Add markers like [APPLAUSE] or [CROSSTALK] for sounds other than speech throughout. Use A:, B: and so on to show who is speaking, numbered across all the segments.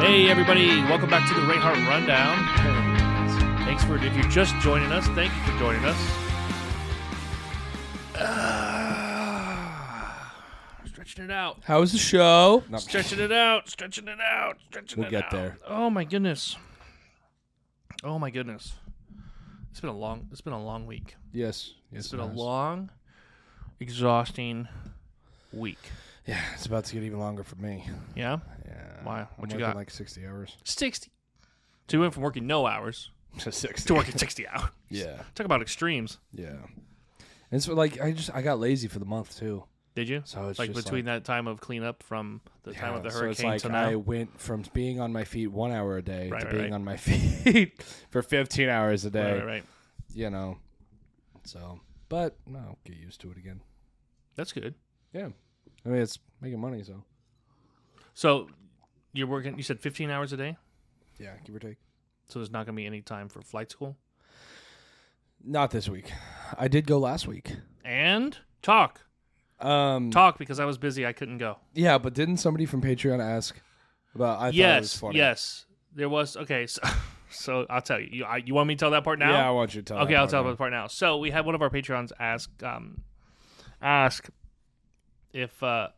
A: Hey, everybody, welcome back to the Ray Hart Rundown. Thanks for, if you're just joining us, thank you for joining us. Ah, stretching it out,
B: How was the show?
A: stretching it out, stretching it out, stretching
B: We'll
A: it
B: get
A: out.
B: there.
A: Oh, my goodness. Oh, my goodness. It's been a long, it's been a long week.
B: Yes. yes
A: It's been
B: it
A: a
B: has.
A: long, exhausting week.
B: Yeah, it's about to get even longer for me.
A: Yeah?
B: Yeah.
A: Why?
B: I'm
A: What you
B: working
A: got?
B: Like sixty hours
A: 60. So we went from working no hours
B: to
A: [LAUGHS]
B: sixty.
A: to working 60 hours.
B: Yeah.
A: Talk about extremes.
B: Yeah. And it's like I just I got lazy for the month too.
A: Did you?
B: So it's
A: like
B: just
A: between that time of cleanup from the time of the
B: Yeah,
A: hurricane
B: so it's
A: to
B: like
A: now.
B: I went from being on my feet one hour a day
A: Right,
B: to
A: right,
B: being
A: right.
B: on my [LAUGHS] feet for fifteen hours a day.
A: Right, right, right.
B: You know. So, but no, I'll get used to it again.
A: That's good.
B: Yeah. I mean, it's making money, so
A: So you're working. You said 15 hours a day.
B: yeah, give or take.
A: So there's not going to be any time for flight school
B: Not this week. I did go last week.
A: and talk,
B: Um,
A: talk because I was busy. I couldn't go.
B: Yeah, but didn't somebody from Patreon ask about? I thought it was
A: yes,
B: funny.
A: yes. There was okay. So, [LAUGHS] so I'll tell you. You, I, you want me to tell that part now?
B: Yeah, I want you to tell.
A: okay,
B: that
A: I'll
B: part
A: tell
B: now.
A: about the part now. So we had one of our patrons ask um, ask if uh,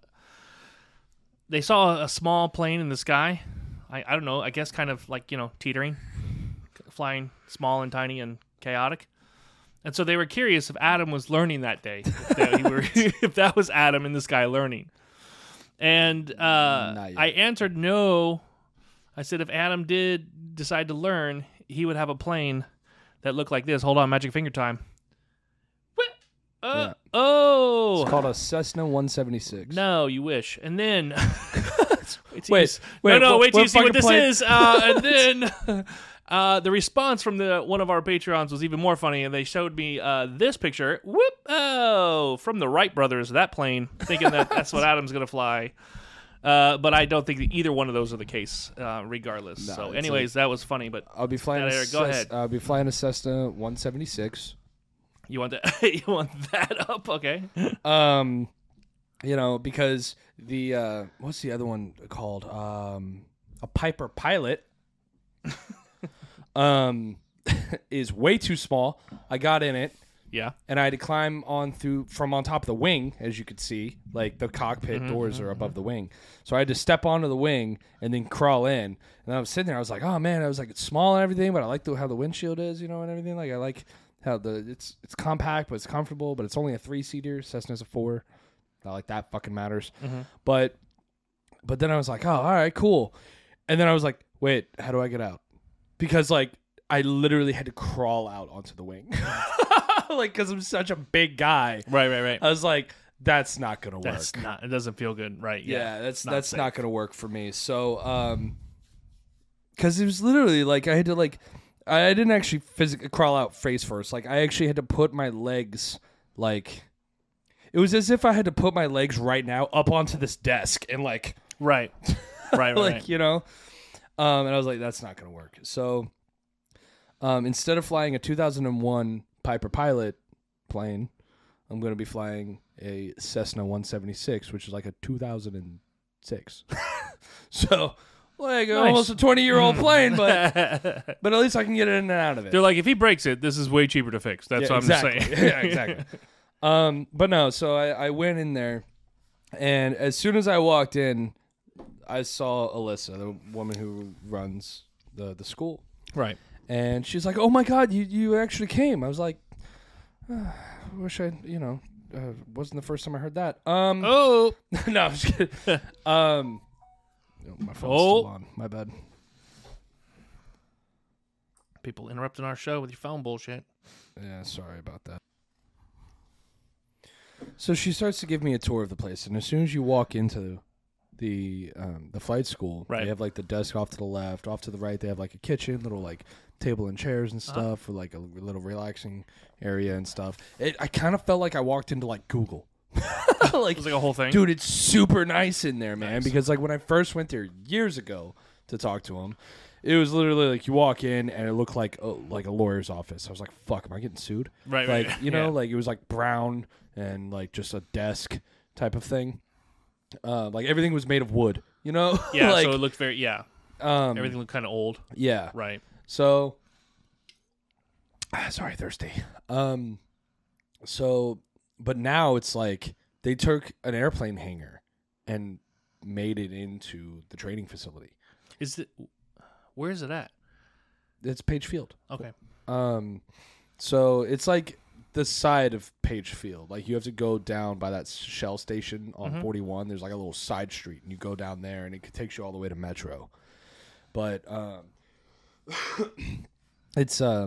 A: they saw a small plane in the sky. I, I don't know. I guess kind of like you know teetering, flying small and tiny and chaotic. And so they were curious if Adam was learning that day, if that, he
B: [LAUGHS]
A: were, [LAUGHS] if that was Adam in the sky learning. And uh,
B: Not yet.
A: I answered no. I said if Adam did decide to learn, he would have a plane that looked like this. Hold on, magic finger time. Whip. Uh,
B: Yeah.
A: Oh,
B: It's called a Cessna 176.
A: no, you wish. And then [LAUGHS] wait, till
B: Wait,
A: you s-
B: wait,
A: no, no,
B: what-
A: wait till
B: what
A: you see what
B: fucking
A: this
B: plane-
A: is. Uh,
B: [LAUGHS]
A: and then [LAUGHS] uh, the response from the one of our patrons was even more funny, and they showed me uh, this picture. Whoop! Oh, from the Wright brothers, that plane, thinking that that's
B: [LAUGHS]
A: what Adam's gonna fly. Uh, but I don't think that either one of those are the case, uh, regardless.
B: No,
A: so,
B: it's a-
A: anyways, that was funny. But
B: I'll be flying.
A: No,
B: a
A: no, no, go
B: Cess-
A: ahead.
B: I'll be flying a Cessna 176.
A: you want that? [LAUGHS] you want that up? Okay.
B: Um, you know because the uh, what's the other one called? Um, a Piper Pilot. [LAUGHS] um, [LAUGHS] is way too small. I got in it.
A: Yeah.
B: and I had to climb on through from on top of the wing, as you could see, like the cockpit doors are above the wing. So I had to step onto the wing and then crawl in. And I was sitting there, I was like, oh man, I was like, it's small and everything, but I like the, how the windshield is, you know, and everything. Like I like how the it's it's compact, but it's comfortable, but it's only a three seater. Cessna's a four. Not like that fucking matters. But but then I was like, oh, all right, cool. And then I was like, wait, how do I get out? Because like I literally had to crawl out onto the wing. [LAUGHS] like because I'm such a big guy.
A: Right. Right. Right.
B: I was like, that's not gonna work.
A: that's not. It doesn't feel good. Right.
B: yeah, that's
A: not
B: that's
A: safe.
B: not gonna work for me. So um, because it was literally like I had to like I I didn't actually physically crawl out face first. Like I actually had to put my legs like. It was as if I had to put my legs right now up onto this desk and like [LAUGHS]
A: Right. Right. Right.
B: like
A: right.
B: you know um and i was like that's not gonna work so um instead of flying a 2001 piper pilot plane i'm gonna be flying a cessna 176 which is like a 2006 [LAUGHS] so like almost a 20 year
A: Hmm.
B: old
A: [LAUGHS]
B: plane but but at least i can get in and out of it
A: They're like, if he breaks it, this is way cheaper to fix. That's
B: yeah,
A: what I'm just
B: exactly.
A: saying.
B: [LAUGHS] yeah, exactly. Um, but no, so I, I went in there, and as soon as I walked in, I saw Alyssa, the woman who runs the the school,
A: [LAUGHS] right.
B: and she's like, "Oh my God, you you actually came!" I was like, "Ah, "I wish I, you know, uh, wasn't the first time I heard that." Um,
A: Oh.
B: [LAUGHS] no, I'm just kidding. um, oh, my phone's
A: Oh.
B: still on. My bad.
A: People interrupting our show with your phone bullshit.
B: Yeah, sorry about that. So she starts to give me a tour of the place, and as soon as you walk into the um, the flight school,
A: Right.
B: they have like the desk off to the left, off to the right. They have like a kitchen, little like table and chairs and stuff, for like a little relaxing area and stuff. It, I kind of felt like I walked into like Google.
A: It was like a whole thing.
B: Dude, it's super nice in there, man. Because like when I first went there years ago to talk to him, it was literally like you walk in and it looked like a, like a lawyer's office. I was like, "Fuck, am I getting sued?"
A: Right, [LAUGHS]
B: like
A: right,
B: you know,
A: yeah.
B: like it was like brown and like just a desk type of thing. Uh, like everything was made of wood, you know. [LAUGHS]
A: Yeah.
B: like,
A: so it looked very. Yeah.
B: Um,
A: Everything looked kind of old,
B: yeah.
A: right?
B: So [SIGHS] ah, sorry, thirsty. Um so but now it's like they took an airplane hangar and made it into the training facility.
A: Is it? Where is it at?
B: It's Page Field.
A: Okay.
B: Um so it's like the side of Page Field. Like you have to go down by that shell station on 41. There's like a little side street and you go down there and it takes you all the way to Metro. But um it's uh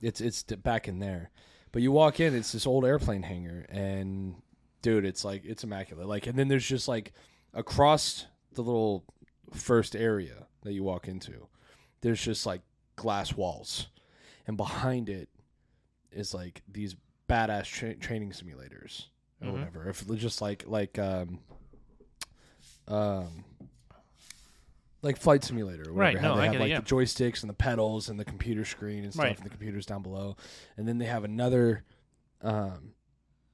B: it's it's d- back in there but you walk in it's this old airplane hangar and dude it's like it's immaculate like and then there's just like across the little first area that you walk into there's just like glass walls and behind it is like these badass tra- training simulators or
A: Mhm.
B: whatever if it's just like like um um like flight simulator or whatever,
A: Right,
B: how
A: no,
B: they
A: I
B: have
A: get it,
B: like
A: yeah.
B: the joysticks and the pedals and the computer screen and stuff
A: Right.
B: and the computers down below and then they have another um,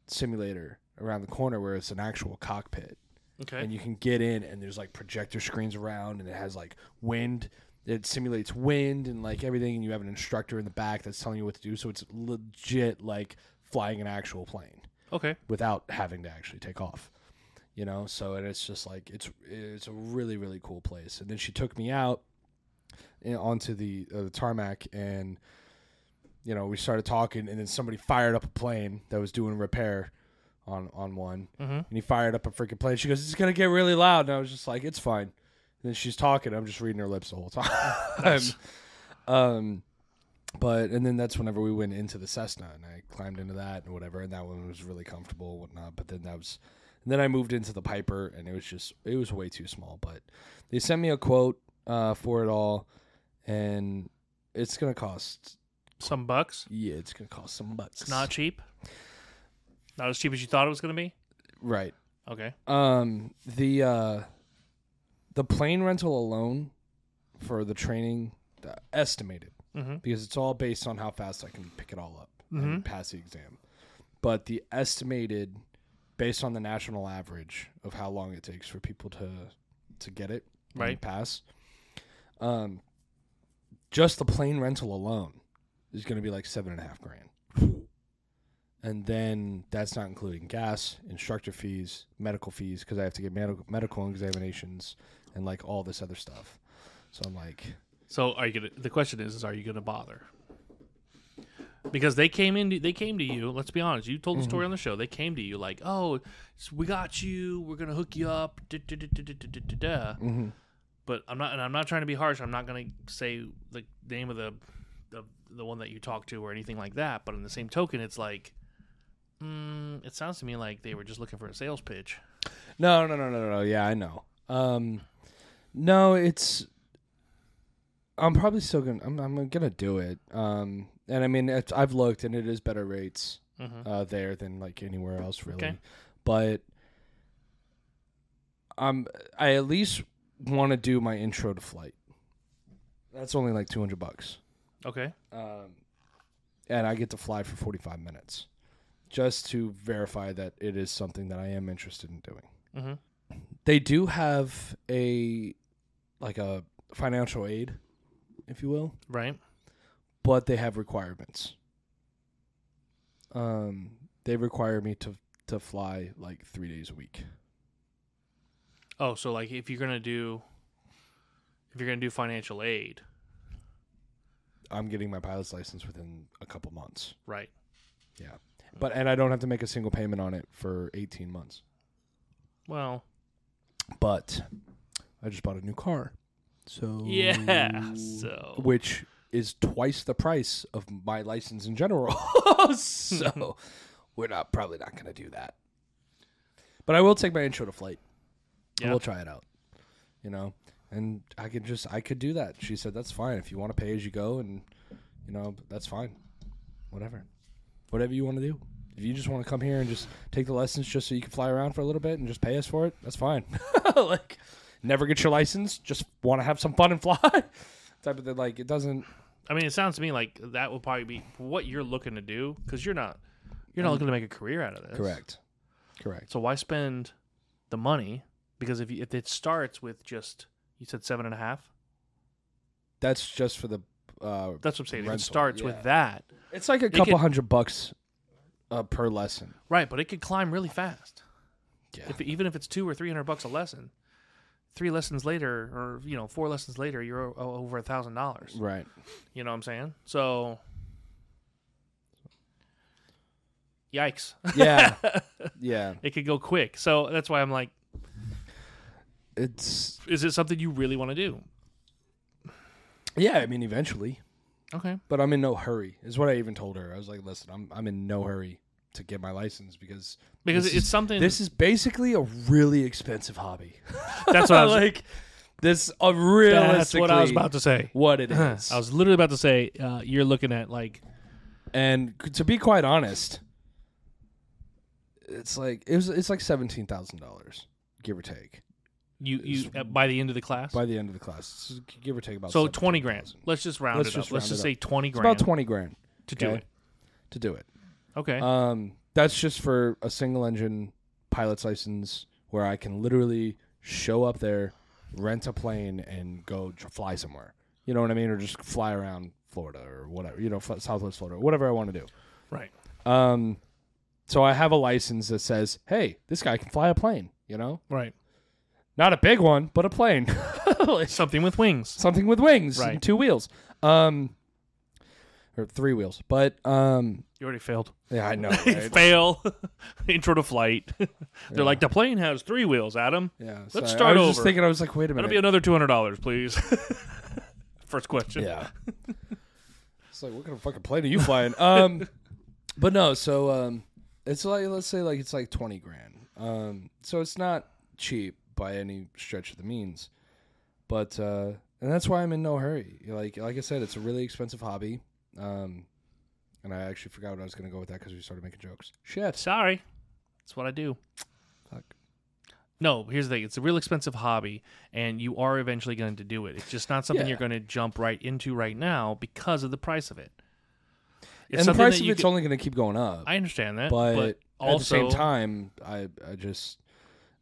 B: simulator around the corner where it's an actual cockpit
A: Okay.
B: and you can get in and there's like projector screens around and it has like wind it simulates wind and like everything and you have an instructor in the back that's telling you what to do so it's legit like flying an actual plane [LAUGHS]
A: okay.
B: without having to actually take off you know so and it's just like it's it's a really really cool place and then she took me out you know, onto the uh, the tarmac and you know we started talking and then somebody fired up a plane that was doing repair on on one
A: Mm-hmm.
B: and he fired up a freaking plane she goes it's gonna get really loud and i was just like it's fine and then she's talking i'm just reading her lips the whole time [LAUGHS]
A: Nice.
B: um but and then that's whenever we went into the Cessna and I climbed into that and whatever and that one was really comfortable and whatnot. But then that was and then I moved into the Piper and it was just it was way too small. But they sent me a quote uh, for it all and it's gonna cost
A: Some bucks.
B: yeah, it's gonna cost some bucks.
A: It's not cheap. Not as cheap as you thought it was going to be.
B: right.
A: Okay.
B: Um the uh the plane rental alone for the training uh, estimated
A: Mm-hmm.
B: because it's all based on how fast I can pick it all up and pass the exam. But the estimated, based on the national average of how long it takes for people to to get it and
A: Right.
B: pass, um, just the plane rental alone is going to be like seven and a half grand. And then that's not including gas, instructor fees, medical fees because I have to get medical medical examinations and like all this other stuff. So I'm like,
A: So are you gonna? The question is, is are you gonna bother? Because they came in, they came to you. Let's be honest. You told the story on the show. They came to you like, "Oh, s- we got you. We're gonna hook you up." da, da, da, da, da, da, da, da, da."
B: mhm.
A: But I'm not, and I'm not trying to be harsh. I'm not gonna say the name of the, the the one that you talked to or anything like that. But in the same token, it's like, mm, it sounds to me like they were just looking for a sales pitch.
B: No, no, no, no, no. Yeah, I know. Um, no, it's. I'm probably still gonna. I'm, I'm gonna do it. Um, and I mean, it's, I've looked, and it is better rates
A: Mhm.
B: uh, there than like anywhere else, really.
A: Okay.
B: But um, I at least want to do my intro to flight. That's only like 200 bucks.
A: Okay.
B: Um, and I get to fly for 45 minutes, just to verify that it is something that I am interested in doing
A: hmm
B: they do have a like a financial aid if you will
A: Right.
B: but they have requirements um they require me to to fly like 3 days a week
A: Oh, so like if you're gonna do, if you're gonna do financial aid,
B: i'm getting my pilot's license within a couple months
A: right?
B: yeah but and i don't have to make a single payment on it for 18 months
A: Well,
B: but i just bought a new car so
A: yeah. So
B: which is twice the price of my license in general. [LAUGHS] so we're not probably not going to do that. But I will take my intro to flight.
A: Yeah.
B: I will try it out. You know, and I could just I could do that. She said that's fine if you want to pay as you go and you know, that's fine. Whatever. Whatever you want to do. If you just want to come here and just take the lessons just so you can fly around for a little bit and just pay us for it, that's fine. [LAUGHS] like never get your license, just want to have some fun and fly. Type of thing like it doesn't
A: I mean, it sounds to me like that would probably be what you're looking to do because you're not you're not looking to make a career out of this.
B: Correct. Correct.
A: So why spend the money? Because if you, if it starts with just you said seven and a half,
B: That's just for the. Uh,
A: That's what I'm saying. It
B: Rental,
A: starts
B: yeah.
A: with that,
B: it's like a couple
A: could-
B: hundred bucks uh, per lesson.
A: right? But it could climb really fast.
B: Yeah.
A: If even if it's two or three hundred bucks a lesson, three lessons later, or you know, four lessons later, you're o- over a thousand dollars.
B: Right.
A: You know what I'm saying? So, yikes!
B: [LAUGHS] Yeah. yeah.
A: it could go quick. So that's why I'm like,
B: It's
A: is it something you really want to do?
B: yeah. I mean, eventually.
A: Okay.
B: but I'm in no hurry. Is what I even told her. I was like, listen, I'm I'm in no hurry to get my license because
A: Because
B: this
A: it's
B: is-
A: something-
B: This is basically a really expensive hobby.
A: [LAUGHS] That's
B: [LAUGHS]
A: what I was.
B: like this. Uh, realistically,
A: that's what I was about to say.
B: What it
A: [LAUGHS]
B: is,
A: I was literally about to say, uh, you're looking at like,
B: and c- to be quite honest, it's like it was. It's like seventeen thousand dollars, give or take,
A: you you uh, by the end of the class.
B: by the end of the class. It's give or take about
A: so twenty grand.
B: 17,000.
A: Let's just round
B: Let's
A: it up.
B: just
A: Let's
B: round
A: just
B: it
A: say twenty
B: It's
A: grand
B: about twenty grand
A: to do
B: okay.
A: it.
B: to do it.
A: Okay.
B: Um, that's just for a single engine pilot's license where I can literally show up there, rent a plane, and go tr- fly somewhere. You know what I mean? Or just fly around Florida or whatever, you know, fl- Southwest Florida, whatever I want to do.
A: right.
B: Um, so I have a license that says, hey, this guy can fly a plane, you know?
A: Right.
B: Not a big one, but a plane. [LAUGHS]
A: Something with wings.
B: something with wings
A: Right.
B: and two wheels. Um, or three wheels. But um,
A: You already
B: [LAUGHS]
A: failed.
B: yeah, I know.
A: [LAUGHS]
B: right?
A: Fail. Intro to flight. [LAUGHS] They're like the plane has three wheels, Adam.
B: Yeah,
A: Let's
B: sorry.
A: start
B: I was just
A: over.
B: thinking, I was like, wait a minute.
A: That'll be another two hundred dollars, please. [LAUGHS] First question.
B: Yeah. [LAUGHS] it's like, what kind of fucking plane are you [LAUGHS] flying? Um, but no, so um, it's like let's say like it's like twenty grand. Um, so it's not cheap by any stretch of the means, but uh, and that's why I'm in no hurry. Like like I said, it's a really expensive hobby. Um, and I actually forgot what I was gonna go with that because we started making jokes. Shit.
A: Sorry. That's what I do.
B: Fuck.
A: No, here's the thing. It's a real expensive hobby, and you are eventually going to do it. It's just not something
B: Yeah.
A: you're going to jump right into right now because of the price of it. It's
B: and the
A: something
B: price
A: that
B: of
A: you
B: it's
A: could-
B: only gonna keep going up.
A: I understand that,
B: [LAUGHS] but,
A: but, also
B: at the same time, I, I just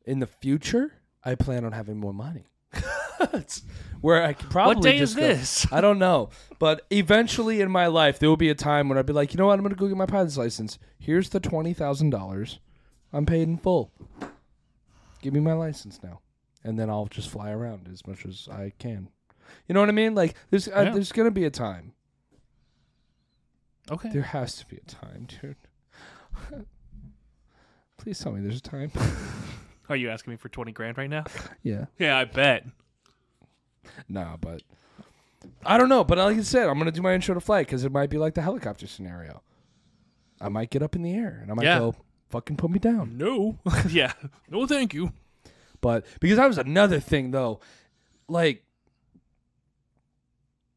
B: in the future I plan on having more money. It's- [LAUGHS] where I could probably
A: what day
B: just
A: is
B: go-
A: this?
B: I don't know, but eventually in my life there will be a time when I'd be like, you know what, I'm gonna go get my pilot's license. Here's the twenty thousand dollars. I'm paid in full. Give me my license now, and then I'll just fly around as much as I can. You know what I mean? Like there's
A: Yeah.
B: uh, there's gonna be a time.
A: Okay,
B: [LAUGHS] There has to be a time, dude. [LAUGHS] Please tell me there's a time.
A: [LAUGHS]
B: [LAUGHS]
A: are you asking me for twenty grand right now?
B: yeah.
A: yeah, I bet.
B: Nah, but I don't know. But like I said, I'm gonna do my intro to flight because it might be like the helicopter scenario. I might get up in the air and I might
A: Yeah.
B: go, "Fucking put me down."
A: No, [LAUGHS] [LAUGHS] yeah, no, thank you.
B: But because that was another thing though, like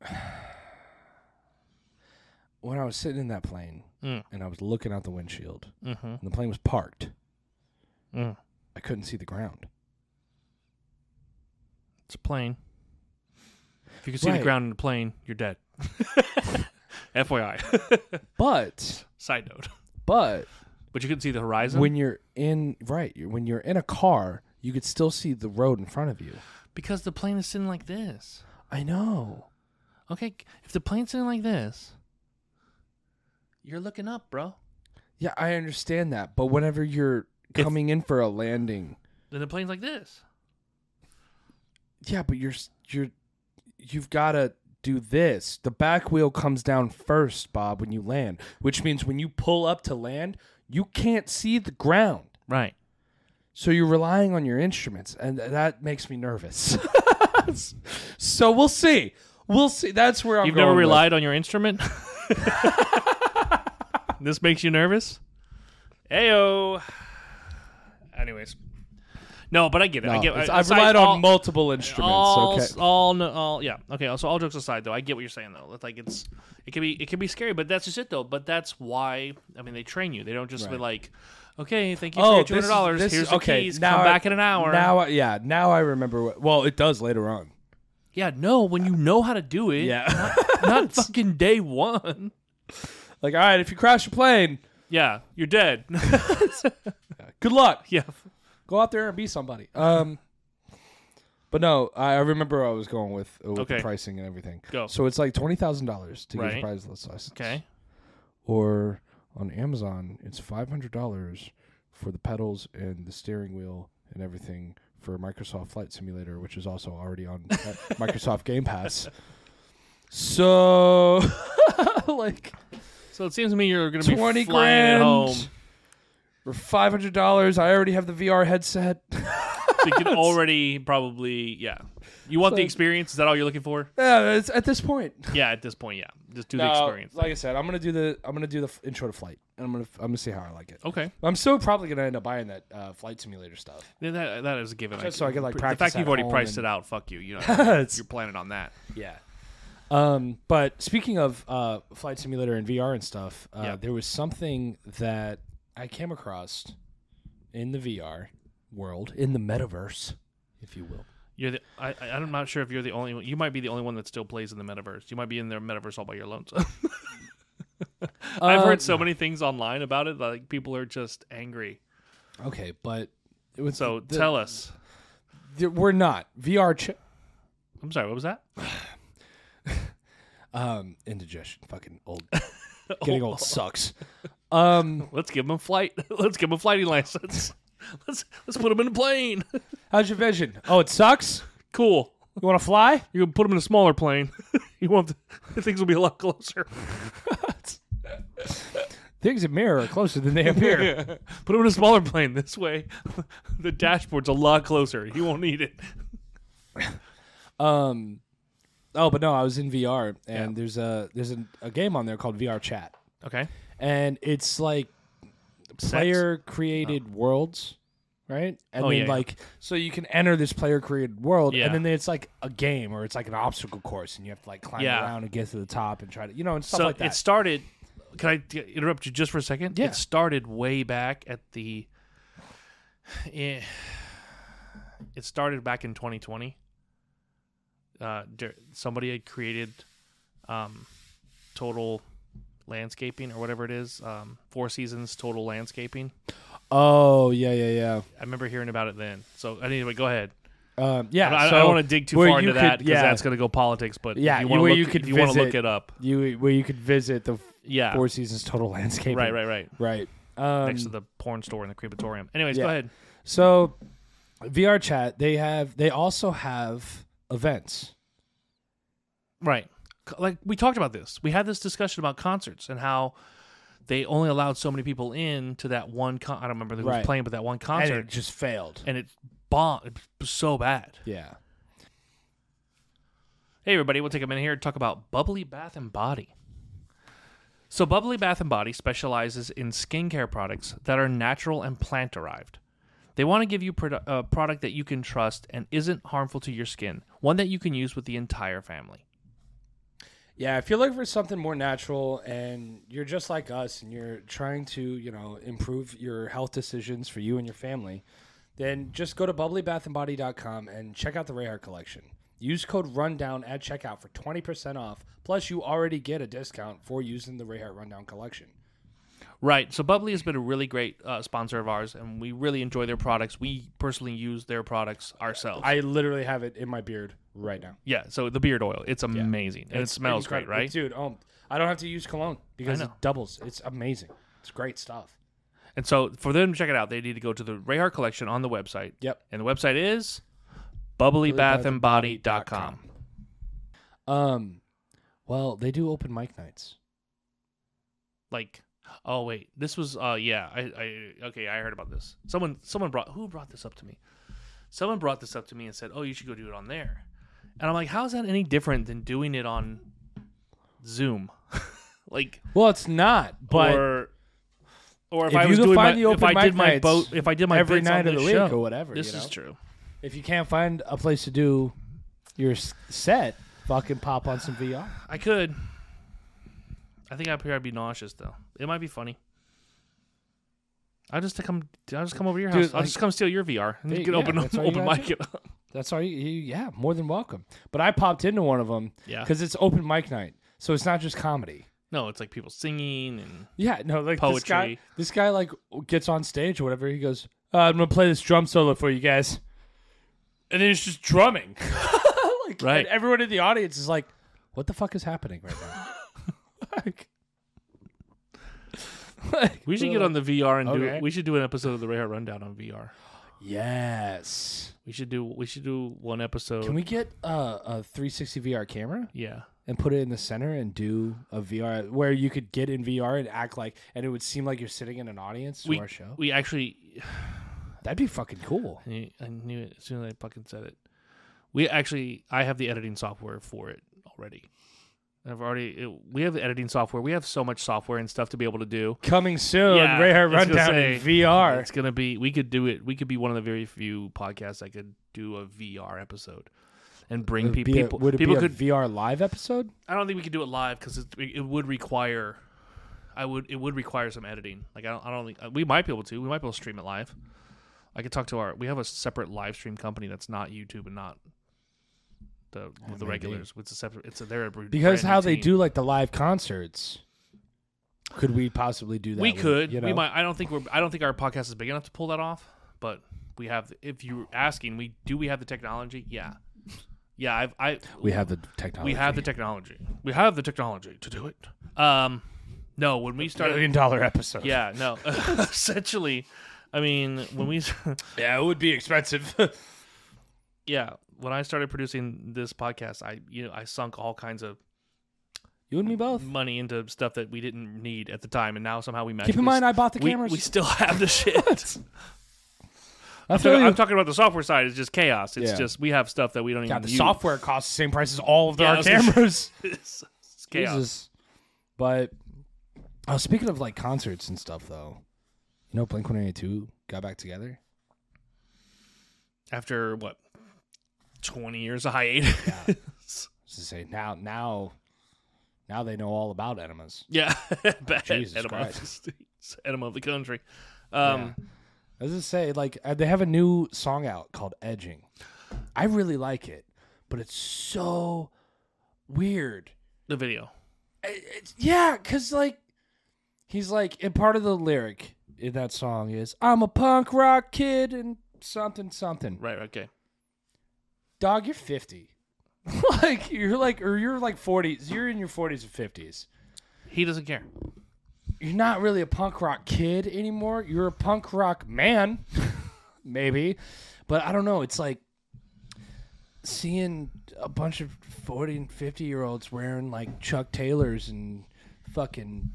B: [SIGHS] when I was sitting in that plane
A: Mm.
B: and I was looking out the windshield,
A: Mm-hmm.
B: and the plane was parked,
A: Mm.
B: I couldn't see the ground.
A: It's a plane. If you can see
B: Right.
A: the ground in the plane, you're
B: [LAUGHS]
A: dead. FYI,
B: But
A: [LAUGHS] side note.
B: but
A: But you can see the horizon
B: when you're in right, you're- when you're in a car, you could still see the road in front of you.
A: because the plane is sitting like this.
B: I know.
A: Okay, if the plane's sitting like this, you're looking up, bro.
B: Yeah, I understand that, but whenever you're
A: If-
B: coming in for a landing,
A: Then the plane's like this.
B: yeah, but you're s- you're you've got to do this. The back wheel comes down first, Bob, when you land, which means when you pull up to land, you can't see the ground.
A: Right.
B: So you're relying on your instruments, and th- that makes me nervous. [LAUGHS] so we'll see. We'll see. That's where I'm.
A: You've never
B: going with-
A: relied on your
B: [LAUGHS]
A: instrument? [LAUGHS] this makes you nervous? Ayo. Anyways. No, but I get it. I
B: No,
A: get
B: Oh, it's-
A: it.
B: I've relied on multiple instruments.
A: all,
B: okay.
A: s- all, no- all, yeah. Okay. So all jokes aside, though, I get what you're saying, though. It's like it's, it can be, it can be scary, but that's just it, though. But that's why, I mean, they train you. They don't just be
B: Right.
A: like, okay, thank
B: Oh,
A: you for your two hundred dollars. Here's the keys. Come
B: I-
A: back in an hour.
B: Now, I- yeah, now I remember. What, well, it does later on.
A: yeah. No, when you know how to do it,
B: Yeah,
A: [LAUGHS]
B: [LAUGHS]
A: not fucking day one.
B: like all right, if you crash a plane,
A: Yeah, you're dead. [LAUGHS]
B: good luck.
A: yeah.
B: Go out there and be somebody. Um, But no, I I remember where I was going with, with
A: Okay.
B: the pricing and everything.
A: Go.
B: So it's like twenty thousand dollars to get
A: Right.
B: a priceless license.
A: Okay.
B: Or on Amazon, it's five hundred dollars for the pedals and the steering wheel and everything for Microsoft Flight Simulator, which is also already on [LAUGHS] uh, Microsoft Game Pass. So, [LAUGHS] like
A: So it seems to me you're going to be
B: twenty
A: flying it
B: grand
A: home.
B: for five hundred dollars. I already have the VR headset. [LAUGHS]
A: So you can already probably yeah. You want the
B: So-
A: experience? Is that all you're looking for?
B: yeah, it's at this point.
A: Yeah. At this point, yeah. Just do the
B: Now,
A: experience.
B: Like I said, I'm gonna do the I'm gonna do the f- intro to flight, and I'm gonna f- I'm gonna see how I like it.
A: okay.
B: I'm still probably gonna end up buying that uh, flight simulator stuff.
A: Yeah, that, that is a given.
B: Just so I can, like,
A: pr- the
B: practice
A: fact
B: at
A: you've already
B: home
A: priced
B: and-
A: it out, fuck you. You
B: [LAUGHS]
A: know,
B: It's-
A: you're planning on that.
B: Yeah. Um, but speaking of uh, flight simulator and VR and stuff, uh,
A: Yeah.
B: there was something that I came across in the VR world, in the metaverse, if you will.
A: You're the I, I- I'm not sure if you're the only one. You might be the only one that still plays in the metaverse. You might be in their metaverse all by your lonesome. [LAUGHS] I've heard
B: Um,
A: so many things online about it. Like people are just angry.
B: Okay, but it was
A: So
B: the-
A: tell us.
B: the- we're not VR. Ch-
A: I'm sorry. What was that?
B: um, indigestion, fucking old. Getting old sucks. Um,
A: Let's give them flight. [LAUGHS] Let's give them a flighting license. [LAUGHS] Let's let's put them in a plane. [LAUGHS]
B: how's your vision? Oh, it sucks.
A: Cool.
B: You want to fly?
A: You can put them in a smaller plane. [LAUGHS] you won't. things will be a lot closer.
B: Things in mirror are closer than they appear.
A: Put them in a smaller plane. This way, [LAUGHS] the dashboard's a lot closer. You won't need it.
B: Um, oh, but no, I was in VR, and there's a there's a, a game on there called VR Chat,
A: Okay.
B: and it's like player created worlds, right? And
A: Oh,
B: then
A: yeah, yeah.
B: like so you can enter this player created world,
A: Yeah.
B: and then it's like a game or it's like an obstacle course, and you have to like climb
A: Yeah.
B: around and get to the top and try to you know and stuff
A: so
B: like that.
A: it started. Can I t- interrupt you just for a second?
B: Yeah.
A: It started way back at the. Eh, It started back in 2020. Uh, der- somebody had created um, Total Landscaping or whatever it is, um, Four Seasons Total Landscaping.
B: oh yeah, yeah, yeah.
A: I remember hearing about it then. So anyway, go ahead.
B: Um, yeah,
A: I, I
B: so
A: don't want to dig too
B: where
A: far
B: you
A: into
B: could-
A: that because
B: yeah,
A: that's going to go politics. But if
B: Yeah,
A: you want
B: where
A: to
B: you
A: look,
B: could
A: if you want to look
B: visit-
A: it up.
B: you where you could visit the
A: Yeah,
B: Four Seasons total [LAUGHS] landscape.
A: right, right, right.
B: right. Um,
A: Next to the porn store in the crematorium. Anyways, go
B: yeah.
A: ahead.
B: So, VR chat. They have. They also have events.
A: Right. C- Like we talked about this. We had this discussion about concerts and how they only allowed so many people in to that one con- I don't remember who was
B: Right.
A: playing, but that one concert
B: And it just failed.
A: and it bombed it was so bad.
B: Yeah.
A: Hey everybody, we'll take a minute here to talk about Bubbly Bath and Body. So Bubbly Bath and Body specializes in skincare products that are natural and plant derived. They want to give you produ- a product that you can trust and isn't harmful to your skin, one that you can use with the entire family.
B: Yeah. If you're looking for something more natural, and you're just like us, and you're trying to, you know, improve your health decisions for you and your family, then just go to bubblybathandbody.com and check out the Rayhart collection. Use code Rundown at checkout for twenty percent off. Plus, you already get a discount for using the Rayhart Rundown collection.
A: Right. So Bubbly has been a really great uh, sponsor of ours, and we really enjoy their products. We personally use their products ourselves.
B: I literally have it in my beard right now.
A: yeah. So the beard oil, it's amazing, and it smells great,
B: incredible.
A: right?
B: Dude, oh, I don't have to use cologne because
A: I
B: it
A: know.
B: doubles. It's amazing. It's great stuff.
A: And so for them to check it out, they need to go to the Rayhart collection on the website.
B: Yep.
A: And the website is bubblybathandbody.com.
B: Um, well, they do open mic nights.
A: Like, oh wait, this was uh yeah I I okay I heard about this. Someone someone brought who brought this up to me. Someone brought this up to me and said, oh you should go do it on there, and I'm like, how is that any different than doing it on Zoom? [LAUGHS] like.
B: Well, it's not, but
A: or or if,
B: If
A: I
B: you
A: was
B: can
A: doing my,
B: find the open
A: if I did
B: mic
A: my
B: nights
A: boat if I did my
B: every
A: bits on
B: night of
A: this
B: the week
A: show,
B: or whatever,
A: This
B: you
A: is
B: know?
A: true.
B: if you can't find a place to do your s- set, fucking pop on some VR.
A: I could. I think up here I'd be nauseous though. It might be funny. I'll just come. I'll just come over to your house.
B: Dude,
A: I'll
B: like-
A: just come steal your VR and you
B: Dude,
A: can
B: yeah,
A: open
B: that's all you
A: open
B: gotta
A: mic
B: do.
A: it up. [LAUGHS]
B: That's all you, you yeah, more than welcome. But I popped into one of them
A: Yeah.
B: because it's open mic night, so it's not just comedy.
A: No, it's like people singing and
B: Yeah, no, like this
A: Poetry.
B: guy, this guy like gets on stage or whatever. He goes, uh, "I'm gonna play this drum solo for you guys," and then it's
A: [LAUGHS]
B: just drumming. like,
A: Right.
B: And everyone in the audience is like, "What the fuck is happening right
A: [LAUGHS]
B: now?" like, like,
A: We should get on the VR and
B: Okay.
A: do. We should do an episode of the Radar Rundown on VR.
B: Yes.
A: We should do. We should do one episode.
B: Can we get uh, a 360 VR camera
A: Yeah.
B: and put it in the center and do a VR where you could get in VR and act like, and it would seem like you're sitting in an audience to
A: We
B: our show?
A: we actually.
B: That'd be fucking cool.
A: I knew, I knew it as soon as I fucking said it. We actually. I have the editing software for it already. I've already. It, we have the editing software. We have so much software and stuff to be able to do.
B: Coming soon,
A: Yeah,
B: Rare
A: I was gonna
B: Rundown
A: say,
B: in VR.
A: It's gonna be. We could do it. We could be one of the very few podcasts that could do a VR episode and bring pe-
B: Be a-
A: people.
B: would it
A: people
B: be a
A: could.
B: VR live episode?
A: I don't think we could do it live because it, it would require. I would. It would require some editing. Like I don't. I don't think uh, we might be able to. We might be able to stream it live. I could talk to our. We have a separate live stream company that's not YouTube and not the the
B: maybe.
A: regulars. It's a separate. It's a their
B: Because how they do like the live concerts, could we possibly do that?
A: we
B: with,
A: could.
B: you
A: We
B: know?
A: might. I don't think we're. I don't think our podcast is big enough to pull that off. But we have. If you're asking, we do. We have the technology. Yeah. Yeah. I've. I.
B: We have the technology.
A: We have the technology. We have the technology to do it. Um. No. When we started.
B: million dollar episode.
A: Yeah. No. [LAUGHS] Essentially, I mean, when we. [LAUGHS]
B: yeah, it would be expensive. [LAUGHS]
A: Yeah. When I started producing this podcast, I you know I sunk all kinds of
B: you and me both.
A: money into stuff that we didn't need at the time, and now somehow we magically
B: Keep in mind, I bought the
A: we,
B: cameras.
A: we still have the
B: [LAUGHS]
A: shit.
B: I
A: So
B: feel you.
A: I'm talking about the software side. It's just chaos. It's
B: Yeah.
A: just we have stuff that we don't
B: God,
A: even
B: the
A: use.
B: software costs the same price as all of
A: Yeah, I
B: our
A: was gonna-
B: cameras.
A: [LAUGHS] it's, it's [LAUGHS] chaos.
B: Jesus. But oh, speaking of like concerts and stuff, though, you know, Blink One Eighty Two got back together.
A: After what, twenty years of hiatus?
B: Just to say now, now, now they know all about enemas.
A: [LAUGHS] Yeah, Bad
B: Jesus
A: enema of the [LAUGHS]
B: Christ.
A: streets, enema of the country. Um,
B: As I say, like uh, they have a new song out called "Edging." I really like it, but it's so weird.
A: the video.
B: I- it's, yeah, cause like he's like, and part of the lyric in that song is, "I'm a punk rock kid and something something."
A: Right. Okay.
B: Dog, you're fifty. [LAUGHS] like you're like, or you're like forties. You're in your forties or fifties.
A: He doesn't care.
B: You're not really a punk rock kid anymore. You're a punk rock man, [LAUGHS] maybe, but I don't know. It's like seeing a bunch of forty and fifty year olds wearing like Chuck Taylors and fucking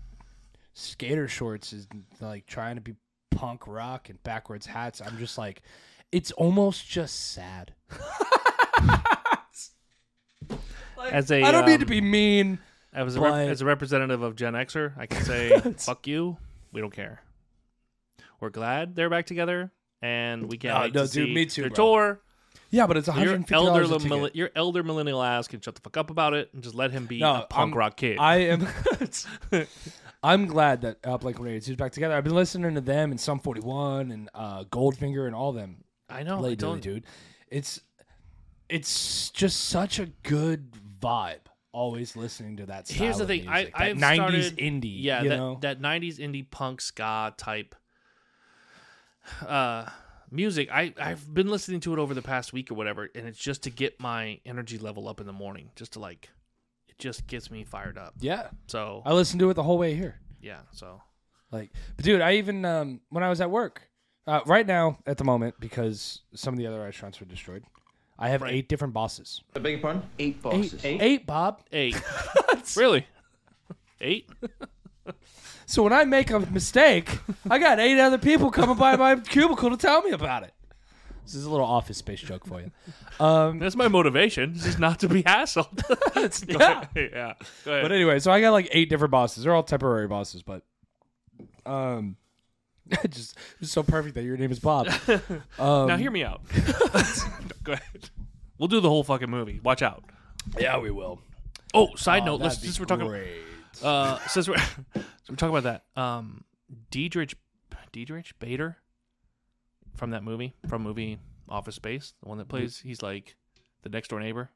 B: skater shorts is like trying to be punk rock and backwards hats. I'm just like, it's almost just sad. [LAUGHS]
A: As a
B: I don't mean
A: um,
B: to be mean.
A: as a, rep-
B: but-
A: as a representative of Gen Xer, I can
B: [LAUGHS]
A: say fuck you. We don't care. We're glad they're back together, and we can't
B: No,
A: wait
B: no,
A: to
B: dude,
A: see
B: me too,
A: their
B: bro.
A: tour.
B: Yeah, but it's
A: Your
B: 150
A: elder,
B: dollars a ticket.
A: millen- your elder millennial ass can shut the fuck up about it and just let him be a
B: No,
A: punk
B: I'm-
A: rock kid. [LAUGHS]
B: I am. I'm glad that uh, Blink One Eighty Two is back together. I've been listening to them and Sum Forty One and uh, Goldfinger and all them
A: I know. I
B: lately,
A: don't,
B: dude. It's it's just such a good vibe. Always listening to that. Style
A: Here's the
B: of
A: thing, I-
B: music, that
A: I've
B: 90s
A: started-
B: indie.
A: yeah,
B: you
A: that,
B: know?
A: that '90s indie punk ska type uh, music. I I've been listening to it over the past week or whatever, and it's just to get my energy level up in the morning, just to like, it just gets me fired up.
B: yeah. Oh.
A: So
B: I listened to it the whole way here.
A: yeah, so
B: Like, but dude, I even um, when I was at work, uh, right now at the moment because some of the other restaurants were destroyed. I have eight different bosses.
C: I beg your pardon? Eight bosses.
B: eight, Bob. [LAUGHS]
A: eight, really, eight.
B: So when I make a mistake, I got eight other people coming by [LAUGHS] my cubicle to tell me about it. This is a little office space joke for you. Um,
A: That's my motivation, is just not to be
B: [LAUGHS]
A: hassled. Go ahead. yeah. Go ahead.
B: But anyway, so I got like eight different bosses. They're all temporary bosses, but um, [LAUGHS] it just it's so perfect that your name is Bob. Um,
A: now hear me out. Go ahead. We'll do the whole fucking movie. Watch out.
B: [LAUGHS] yeah, we will.
A: Oh, side note. Let's,
B: That'd be
A: since we're talking,
B: great.
A: uh, since we're [LAUGHS] since we're talking about that, um, Diedrich, Diedrich Bader, from that movie, from movie Office Space, the one that plays, he's like the next door neighbor.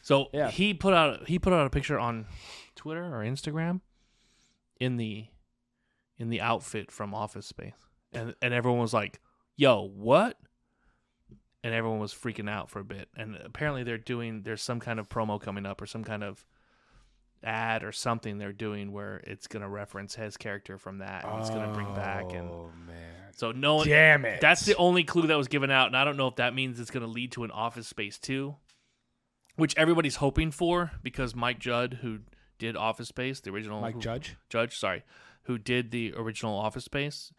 A: So
B: Mm-hmm. Yeah.
A: he put out he put out a picture on Twitter or Instagram in the in the outfit from Office Space, and and everyone was like, "Yo, what?" and everyone was freaking out for a bit. And apparently, they're doing there's some kind of promo coming up or some kind of ad or something they're doing where it's gonna reference his character from that and it's gonna bring back and
B: Oh man.
A: so no one
B: Damn it.
A: that's the only clue that was given out and I don't know if that means it's gonna lead to an Office Space two, which everybody's hoping for because Mike Judd who did Office Space the original
B: Mike
A: who-
B: Judge.
A: Judge sorry who did the original Office Space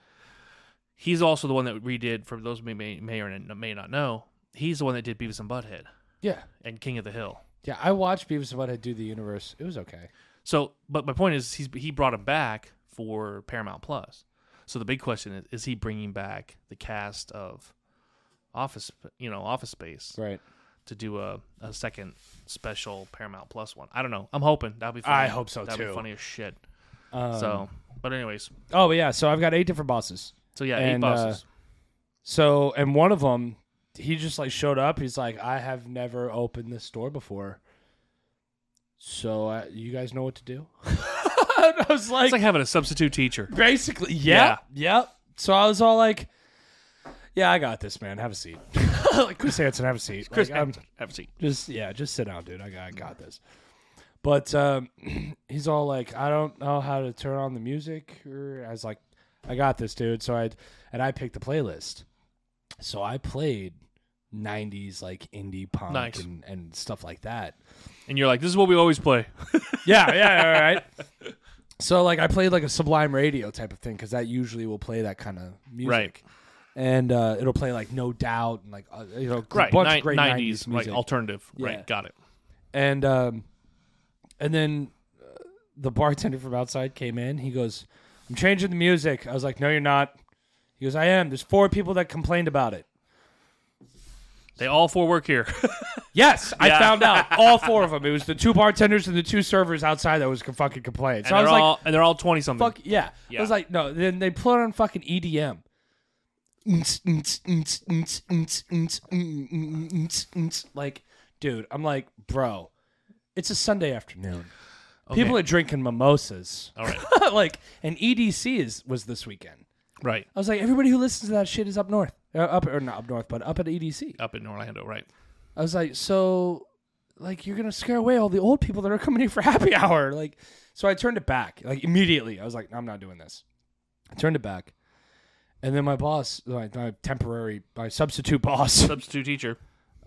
A: he's also the one that redid for those who may may or may not know he's the one that did Beavis and Butthead
B: Yeah.
A: and King of the Hill
B: Yeah, I watched Beavis and Butthead do the universe. It was okay.
A: So, but my point is, he's he brought him back for Paramount Plus. So the big question is, is he bringing back the cast of Office, you know, Office Space
B: Right.
A: to do a, a second special Paramount Plus one? I don't know. I'm hoping that'd be. Funny.
B: I hope so,
A: that'd
B: too.
A: be funny as shit.
B: Um,
A: so, but anyways,
B: Oh yeah, so I've got eight different bosses.
A: so yeah, eight
B: and, uh,
A: bosses.
B: So and one of them, he just like showed up. He's like, I have never opened this door before. So uh, you guys know what to do. [LAUGHS] And I was like,
A: it's like having a substitute teacher.
B: basically, yeah, yep. So I was all like, Yeah, I got this, man. Have a [LAUGHS] seat. like Chris Hansen, have a seat.
A: Chris,
B: Like, um, I'm-
A: have, have a seat.
B: just yeah, just sit down, dude. I got, I got this. But um, [CLEARS THROAT] he's all like, I don't know how to turn on the music. Or I was like, I got this, dude. So I and I picked the playlist. So I played '90s like indie punk
A: Nice.
B: and, and stuff like that.
A: And you're like, this is what we always play.
B: Yeah, yeah, all right. [LAUGHS] So like I played like a Sublime Radio type of thing because that usually will play that kind of music,
A: Right.
B: And uh, it'll play like No Doubt and like uh, you know a
A: Right,
B: bunch
A: Ni-
B: of great
A: 90s, right,
B: '90s, music.
A: alternative,
B: Yeah.
A: right, got it.
B: and um, and then uh, the bartender from outside came in. He goes, "I'm changing the music." I was like, "No, you're not." He goes, "I am." There's four people that complained about it.
A: They all four work
B: [LAUGHS]
A: here.
B: Yes, I
A: Yeah.
B: found
A: [LAUGHS]
B: out all four of them. It was the two bartenders and the two servers outside that was c- fucking complaining.
A: and,
B: So I
A: they're
B: was like,
A: all, and they're all 20 something.
B: "Fuck yeah. I
A: Yeah.
B: was like, "No." Then they put on fucking E EDM.
A: mm,
B: Like, dude, I'm like, bro, it's a Sunday afternoon. People
A: Okay.
B: are drinking mimosas.
A: All right.
B: [LAUGHS] like, and EDC is was this weekend.
A: Right.
B: I was like, everybody who listens to that shit is up north, uh, up or not up north, but up at E EDC.
A: Up in Orlando, right.
B: I was like, so, like, you're gonna scare away all the old people that are coming here for [LAUGHS] happy hour. Like, so I turned it back, like immediately. I was like, I'm not doing this. I turned it back, and then my boss, my, my temporary, my substitute [LAUGHS] boss,
A: Substitute teacher.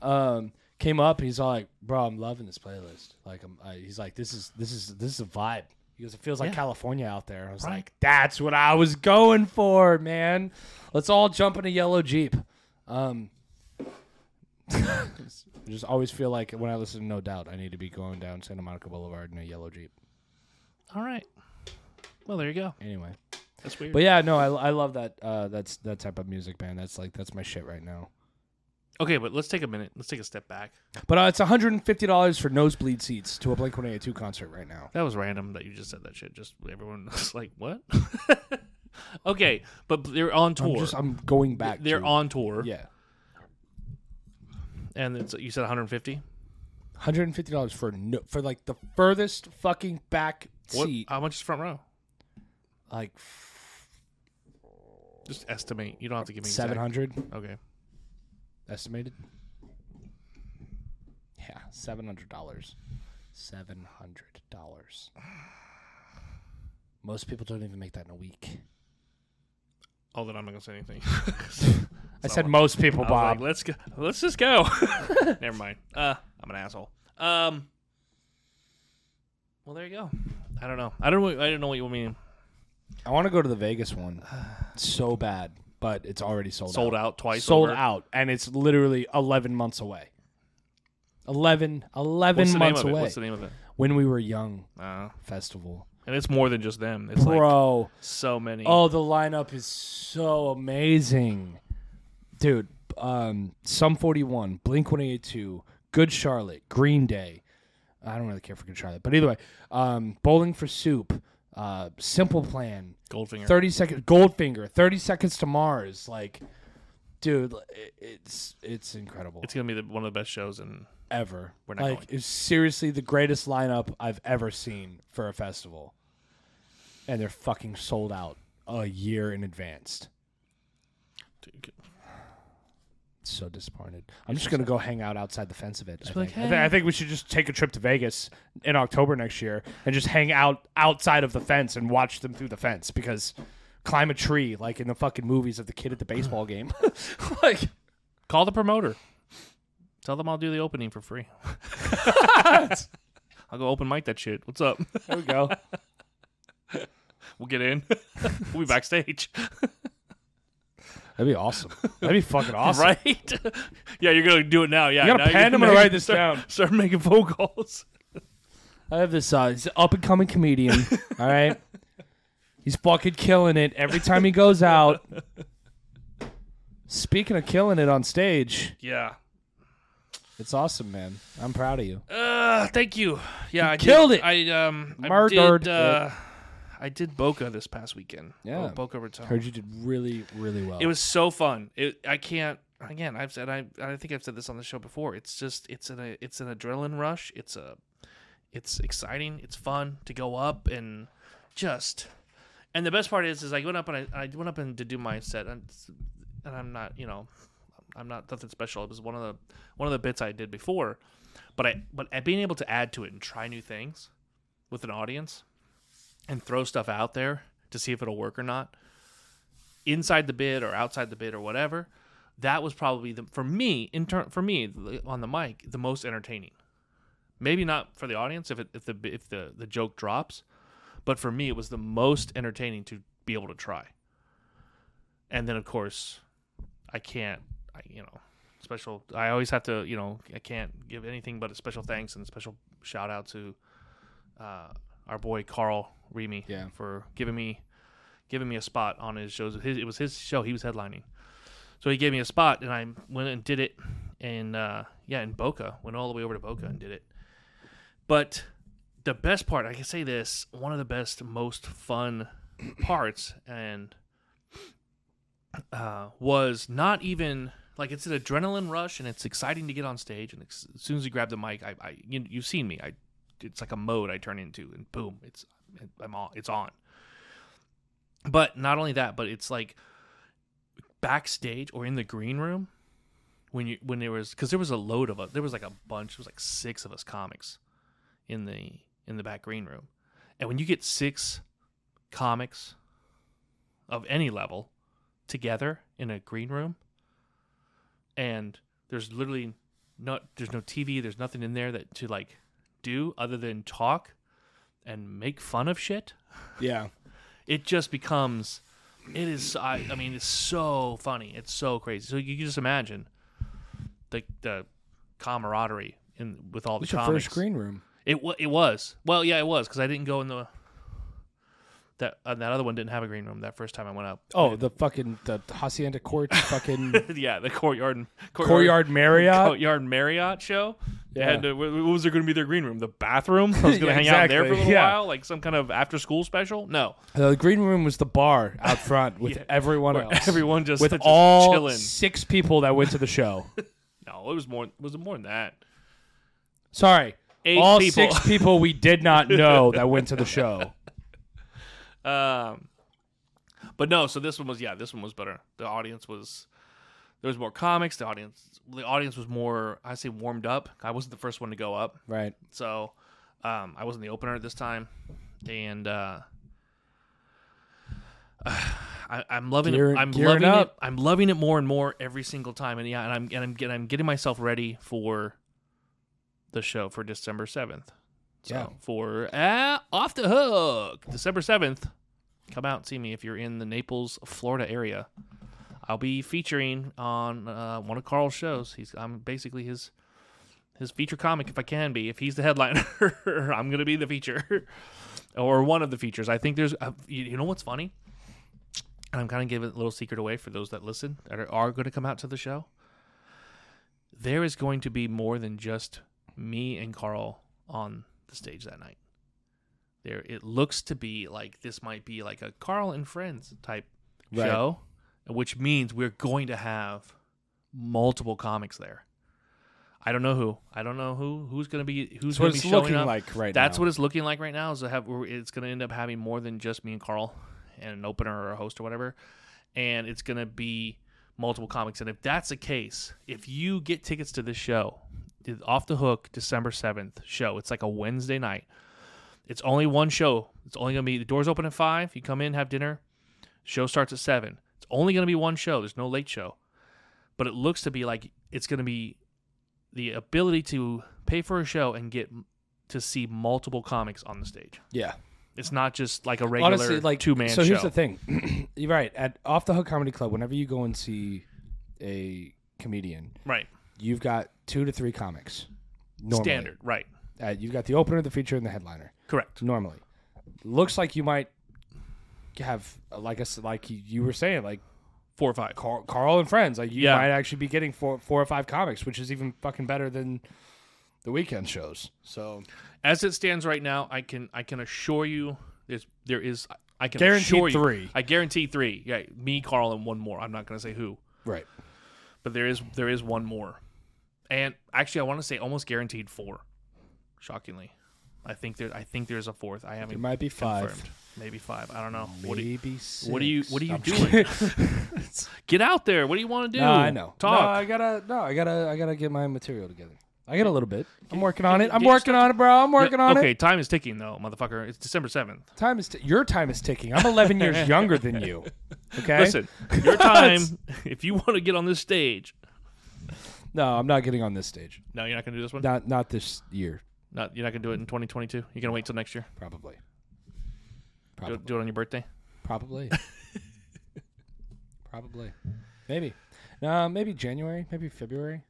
B: um, came up and he's all like, "Bro, I'm loving this playlist. Like, I'm, I, he's like, this is this is this is a vibe." He goes, "It feels like
A: Yeah.
B: California out there." I was
A: Right.
B: like, "That's what I was going for, man. Let's all jump in a yellow jeep." Um, [LAUGHS] I just always feel like when I listen to No Doubt, I need to be going down Santa Monica Boulevard in a yellow jeep.
A: All right. Well, there you go.
B: Anyway,
A: That's weird.
B: but yeah, no, I, I love that. Uh, that's that type of music, man. That's like that's my shit right now.
A: okay, but let's take a minute. Let's take a step back.
B: But uh, it's one hundred and fifty dollars for nosebleed seats to a Blink One Eighty Two concert right now.
A: That was random that you just said that shit. Just everyone [LAUGHS] was like, "What?" okay, but they're on tour.
B: I'm just I'm going back.
A: they're
B: to-
A: on tour.
B: yeah,
A: And it's, you said 150.
B: hundred and fifty dollars for no, for like the furthest fucking back
A: What?
B: seat.
A: How much is front row?
B: like
A: Just estimate. You don't have to give me exact-
B: seven hundred
A: Okay.
B: estimated. Yeah, seven hundred dollars. Seven hundred dollars. Most people don't even make that in a week.
A: Oh, then I'm not gonna say anything. [LAUGHS]
B: I said most people,
A: I was like,
B: Bob.
A: let's go. Let's just go. [LAUGHS] Never mind. Uh, I'm an asshole. Um. Well, there you go. I don't know. I don't. know- I don't know what you mean.
B: I want to go to the Vegas one so bad, but it's already sold.
A: Sold
B: out.
A: out twice.
B: Sold
A: over.
B: out, and it's literally eleven months away. 11, 11
A: What's the name
B: months
A: of it?
B: away.
A: What's the name of it?
B: when we were young
A: Uh,
B: festival.
A: and it's more than just them. It's like
B: Bro,
A: so many.
B: oh the lineup is so amazing. Dude, um Sum 41, Blink 182, Good Charlotte, Green Day. I don't really care for Good Charlotte, but either way, um Bowling for Soup, uh Simple Plan,
A: Goldfinger.
B: 30 seconds Goldfinger, 30 seconds to Mars, like dude, it- it's it's incredible.
A: it's gonna be the, one of the best shows, and
B: ever.
A: We're not
B: like,
A: going.
B: it's seriously the greatest lineup I've ever seen for a festival, and they're fucking sold out a year in advance. It's so disappointed. I'm just gonna go hang out outside the fence of it. I
A: be like,
B: think. I, thi- I
A: "Hey."
B: think we should just take a trip to Vegas in October next year and just hang out outside of the fence and watch them through the fence because climb a tree like in the fucking movies of the kid at the baseball game. [LAUGHS] like
A: Call the promoter. Tell them I'll do the opening for
B: [LAUGHS]
A: free. [LAUGHS] I'll go open mic that shit. What's up?
B: there we go.
A: We'll get in. [LAUGHS] we'll be backstage.
B: That'd be awesome. That'd be [LAUGHS] fucking awesome.
A: [LAUGHS] Right? yeah, you're going to do it now. Yeah.
B: You got
A: now
B: a pen? I'm
A: gonna
B: gonna
A: make-
B: write this down.
A: [LAUGHS] Start making phone calls.
B: I have this uh, this up and coming [LAUGHS] comedian. all right, he's fucking killing it every time he goes out. Speaking of killing it on stage,
A: Yeah.
B: it's awesome, man. I'm proud of you.
A: Uh, thank you. Yeah, I did-
B: killed it.
A: I um, I
B: Murdered
A: did, uh, I did Boca this past weekend. Bo-
B: Yeah.
A: Boca Raton.
B: Heard you did really, really well.
A: It was so fun. It, I can't. Again, I've said I. I think I've said this on the show before. It's just it's an it's an adrenaline rush. It's a, it's exciting. It's fun to go up and just, and the best part is is I went up and I, I went up and to do my set and, and I'm not you know, I'm not nothing special. It was one of the one of the bits I did before, but I but at being able to add to it and try new things, with an audience, and throw stuff out there to see if it'll work or not inside the bid or outside the bid or whatever that was probably the for me in turn for me the- on the mic the most entertaining maybe not for the audience if it, if the if the the joke drops but for me it was the most entertaining to be able to try and then of course i can't i you know special i always have to you know i can't give anything but a special thanks and special shout out to uh, our boy carl remy
B: Yeah.
A: for giving me giving me a spot on his shows. His, it was his show. He was headlining, so he gave me a spot, and I went and did it. And uh, yeah, in Boca, went all the way over to Boca and did it. But the best part, I can say this: one of the best, most fun parts, and uh, was not even like it's an adrenaline rush, and it's exciting to get on stage. And it's, as soon as you grab the mic, I, I you, you've seen me. I it's like a mode I turn into, and boom, it's I'm on. It's on. But not only that, but it's like backstage or in the green room when you when there was because there was a load of us. There was like a bunch. There was like six of us comics in the in the back green room, and when you get six comics of any level together in a green room, and there's literally no there's no TV. There's nothing in there that to like do other than talk and make fun of shit
B: yeah.
A: it just becomes it is I, I mean it's so funny it's so crazy so you can just imagine the the camaraderie in with all the
B: What's your
A: comics
B: first green room?
A: it wa it was well yeah it was because I didn't go in the that uh, that other one didn't have a green room that first time I went up [LAUGHS]
B: Oh, the fucking the Hacienda [LAUGHS] Court fucking
A: yeah the courtyard and-
B: Courtyard Marriott.
A: courtyard Marriott show they
B: Yeah.
A: had to, what what was there going to be their green room the bathroom I was going to
B: [LAUGHS] Yeah,
A: hang out there for a
B: exactly.
A: little
B: Yeah.
A: while like some kind of after school special no
B: The green room was the bar out front
A: [LAUGHS]
B: with
A: Yeah.
B: everyone
A: Where
B: else.
A: everyone just-
B: with
A: just
B: all
A: chilling.
B: six people that went to the show.
A: no it was more was it more than that
B: Sorry.
A: Eight
B: All
A: people.
B: six people we
A: [LAUGHS]
B: did not know that went to the show.
A: Um, but no, so this one was yeah, this one was better. The audience was there was more comics. The audience the audience was more I say warmed up. I wasn't the first one to go up,
B: Right.
A: so um, I wasn't the opener at this time, and uh, [SIGHS] I, I'm loving
B: Gearing-
A: it. I'm
B: gearing
A: loving
B: up.
A: it. I'm loving it more and more every single time. And yeah, and I'm and I'm, and I'm getting myself ready for the show for December seventh. So
B: Yeah.
A: for uh, off the hook, December seventh, come out and see me if you're in the Naples, Florida area. I'll be featuring on uh, one of Carl's shows. He's I'm basically his his feature comic if I can be. If he's the headliner, [LAUGHS] I'm gonna be the feature [LAUGHS] or one of the features. I think there's uh, you, you know what's funny, and I'm kind of giving a little secret away for those that listen that are, are going to come out to the show. There is going to be more than just me and Carl on the stage that night. There, it looks to be like this might be like a Carl and Friends type
B: Right.
A: show, which means we're going to have multiple comics there. I don't know who. I don't know who who's going to be who's
B: That's what
A: going to
B: it's
A: be showing
B: looking
A: up.
B: like right
A: That's
B: now.
A: what it's looking like right now. Is to have we're- it's going to end up having more than just me and Carl and an opener or a host or whatever, and it's going to be multiple comics. And if that's the case, if you get tickets to this show, the off the hook December 7th show, it's like a Wednesday night. It's only one show. It's only going to be the doors open at 5. You come in, have dinner. Show starts at 7. It's only going to be one show. There's no late show. But it looks to be like it's going to be the ability to pay for a show and get m- to see multiple comics on the stage.
B: Yeah.
A: It's not just like a regular
B: Honestly, like
A: two man
B: So
A: show.
B: here's the thing. [CLEARS THROAT] You're right. At Off the Hook Comedy Club, whenever you go and see a comedian,
A: right.
B: you've got two to three comics. Normally.
A: Standard, right.
B: Uh, you've got the opener, the feature, and the headliner.
A: Correct.
B: Normally, looks like you might have uh, like us like you- you were saying like
A: Four or five.
B: Carl, Carl and friends. Like you
A: Yeah.
B: might actually be getting four four or five comics, which is even fucking better than the weekend shows. So
A: As it stands right now, I can I can assure you there's there is I can
B: Guaranteed
A: assure you-
B: three.
A: I guarantee three. Yeah, me, Carl, and one more. I'm not gonna say who,
B: right.
A: but there is there is one more, and actually I want to say almost guaranteed four. Shockingly, I think there I think there's a fourth. I haven't
B: There might be five.
A: confirmed. Maybe five. I don't know. What do you,
B: Maybe six.
A: what do you what are you
B: I'm just
A: doing?
B: kidding.
A: [LAUGHS]
B: [LAUGHS]
A: Get out there. What do you want to do?
B: No, I know.
A: Talk.
B: No, I gotta. No, I gotta. I gotta get my material together. I got a little bit. I'm working on it. I'm
A: get your
B: working on it, bro. I'm working on
A: okay,
B: it.
A: time is ticking though, motherfucker. It's December seventh.
B: Time is. T- your time is ticking. I'm
A: [LAUGHS]
B: 11 years younger than you. Okay.
A: Listen,
B: [LAUGHS]
A: your time. if you want to get on this stage,
B: No, I'm not getting on this stage.
A: no, you're not gonna do this one.
B: Not not this year,
A: Not you're not gonna do it in 2022. You're gonna wait till next year.
B: probably.
A: Do,
B: Probably.
A: do it on your birthday. [LAUGHS]
B: Probably. probably. Maybe. No, maybe January. Maybe February.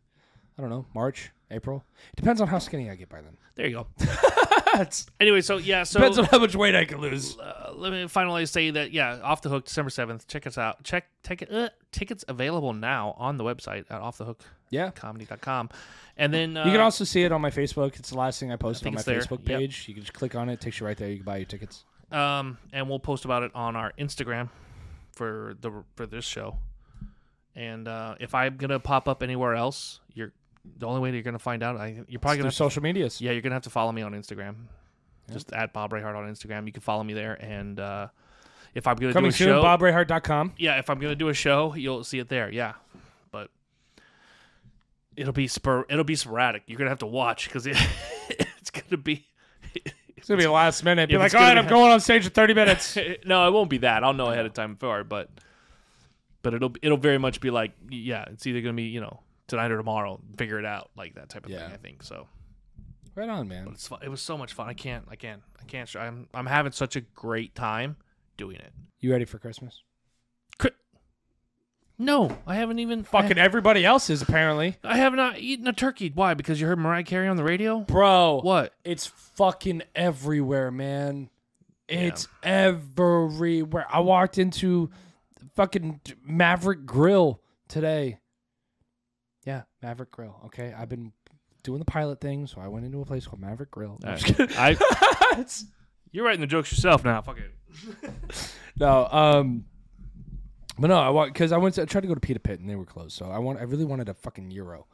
B: I don't know. March. April. Depends on how skinny I get by then.
A: There you go. anyway, so yeah, so
B: Depends on how much weight I can lose.
A: uh, let me finally say that yeah, off the hook December 7th. Check us out. Check ticket uh, tickets available now on the website at offthehookcomedy.com.
B: Yeah.
A: And then uh,
B: You can also see it on my Facebook. It's the last thing I posted
A: think
B: on my
A: it's there.
B: Facebook
A: Yep.
B: page. You can just click on it. It takes you right there. You can buy your tickets.
A: um and we'll post about it on our Instagram for the for this show. And uh, if I'm gonna pop up anywhere else, you're the only way that you're gonna find out. I, you're probably
B: Through
A: gonna
B: social medias.
A: Yeah, you're gonna have to follow me on Instagram. Just at Bob Rayhart on Instagram. You can follow me there, and uh, if I'm gonna
B: Coming
A: do a
B: soon,
A: show,
B: BobRayhart.com.
A: yeah, if I'm gonna do a show, you'll see it there. Yeah, but it'll be spur, it'll be sporadic. You're gonna have to watch because it, [LAUGHS] it's gonna be.
B: It's gonna be last minute. Be
A: If it's
B: like, all right,
A: gonna
B: I'm
A: be-
B: going on stage in
A: [LAUGHS]
B: 30 minutes.
A: no, it won't be that. I'll know ahead of time far, but but it'll it'll very much be like yeah, it's either gonna be you know tonight or tomorrow. Figure it out like that type of
B: Yeah.
A: thing. I think so.
B: right on, man.
A: It's fun. It was so much fun. I can't. I can't. I can't. str- I'm. I'm having such a great time doing it.
B: You ready for Christmas?
A: No, I haven't even
B: Fucking everybody else is apparently.
A: I, I have not eaten a turkey. Why? Because you heard Mariah Carey on the radio.
B: Bro,
A: What?
B: It's fucking everywhere, man. It's everywhere. I walked into fucking Maverick Grill today. Yeah, Maverick Grill. Okay, I've been doing the pilot thing, so I went into a place called Maverick Grill. I'm just kidding.
A: [LAUGHS] I. You're writing the jokes yourself now. Fuck it.
B: no, um, but no, I want because I went. To, I tried to go to Pita Pit and they were closed. So I want. I really wanted a fucking euro.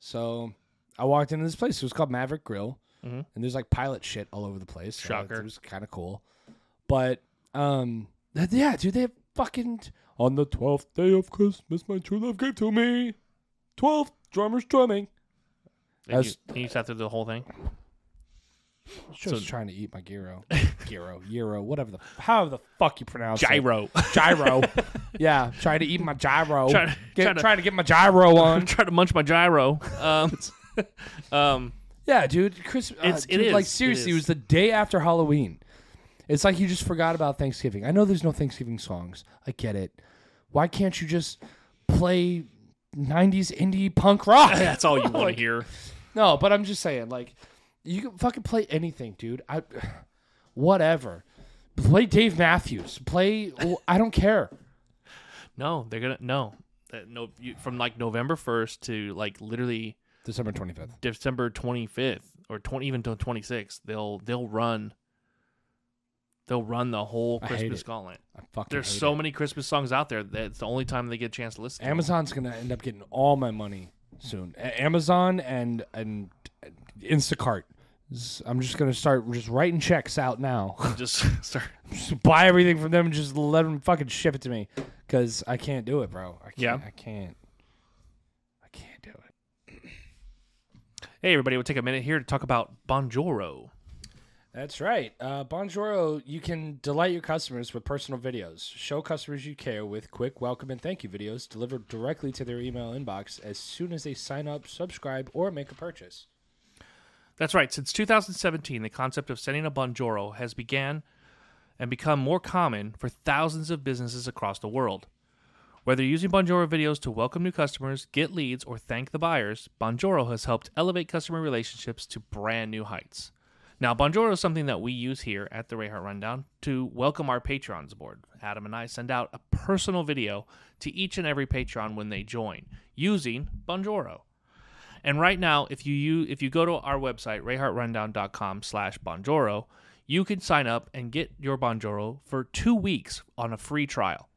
B: So I walked into this place. It was called Maverick Grill,
A: Mhm.
B: and there's like pilot shit all over the place. So
A: Shocker.
B: It was kind of cool, but um, th- yeah, dude, they have fucking on the twelfth day of Christmas, my true love gave to me. Twelve drummers drumming.
A: And you,
B: That's-
A: and you sat through the whole thing.
B: Just trying to eat my gyro, [LAUGHS] gyro, gyro, whatever the how the fuck you pronounce it.
A: Gyro.
B: gyro.
A: [LAUGHS]
B: yeah, trying to eat my gyro.
A: Try to-
B: Get-
A: try to-
B: trying to get my gyro
A: I'm [LAUGHS]
B: on.
A: trying to munch my gyro. [LAUGHS] Um. um.
B: yeah, dude. Chris, uh,
A: It's- it
B: dude,
A: is,
B: like
A: it
B: seriously, it
A: is.
B: was the day after Halloween. It's like you just forgot about Thanksgiving. I know there's no Thanksgiving songs. I get it. Why can't you just play 90s indie
A: [LAUGHS]
B: punk rock?
A: That's all you want to hear.
B: No, but I'm just saying, like, you can fucking play anything, dude. I, [SIGHS] whatever. Play Dave Matthews. Play. I don't care.
A: No, they're gonna no. That- no, you, from like November first to like literally
B: December 25th.
A: December 25th or 20 even till 26th, they'll they'll run they'll run the whole
B: I hate
A: Christmas
B: it.
A: gauntlet.
B: I fucking.
A: There's
B: hate it.
A: so many Christmas songs out there that it's the only time they get a chance to listen. to them.
B: Amazon's gonna end up getting all my money soon. A- Amazon and and Instacart, s- I'm just gonna start just writing checks out now. [LAUGHS]
A: Just [LAUGHS] start.
B: just buy everything from them and just let them fucking ship it to me because I can't do it, bro. I can't,
A: Yeah.
B: I can't. I can't do it.
A: Hey, everybody, we'll take a minute here to talk about Bonjoro.
B: That's right. Uh, Bonjoro, you can delight your customers with personal videos. Show customers you care with quick welcome and thank you videos delivered directly to their email inbox as soon as they sign up, subscribe, or make a purchase.
A: That's right. Since 2017, the concept of sending a Bonjoro has began and become more common for thousands of businesses across the world. Whether using Bonjoro videos to welcome new customers, get leads, or thank the buyers, Bonjoro has helped elevate customer relationships to brand new heights. Now, Bonjoro is something that we use here at the Rayheart Rundown to welcome our patrons aboard. Adam and I send out a personal video to each and every patron when they join using Bonjoro. And right now, if you, you if you go to our website, rayhartrundown.com slash Bonjoro, you can sign up and get your Bonjoro for two weeks on a free trial.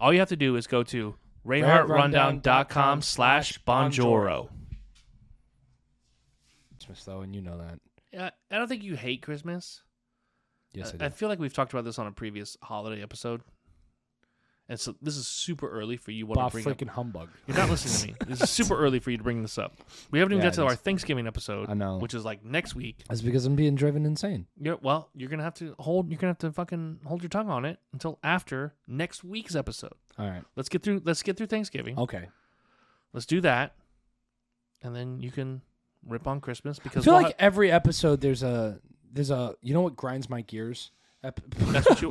A: All you have to do is go to rayhartrundown.com slash Bonjoro.
B: Christmas, though, and you know that.
A: I I don't think you hate Christmas.
B: Yes, I
A: I
B: do.
A: feel like we've talked about this on a previous holiday episode. And so this is super early for you want
B: Bah,
A: to bring up.
B: freaking humbug.
A: You're not listening to me. This is
B: [LAUGHS]
A: super early for you to bring this up. We haven't even
B: Yeah,
A: got
B: it
A: to
B: is.
A: our Thanksgiving episode,
B: I know.
A: which is like next week.
B: That's because I'm being driven insane.
A: Yeah, well, you're gonna have to hold. You're gonna have to fucking hold your tongue on it until after next week's episode.
B: All right.
A: Let's get through. Let's get through Thanksgiving.
B: Okay.
A: Let's do that, and then you can rip on Christmas
B: I
A: because
B: feel
A: we'll
B: like every episode there's a there's a you know what grinds my gears. Ep- [LAUGHS]
A: have- that's what you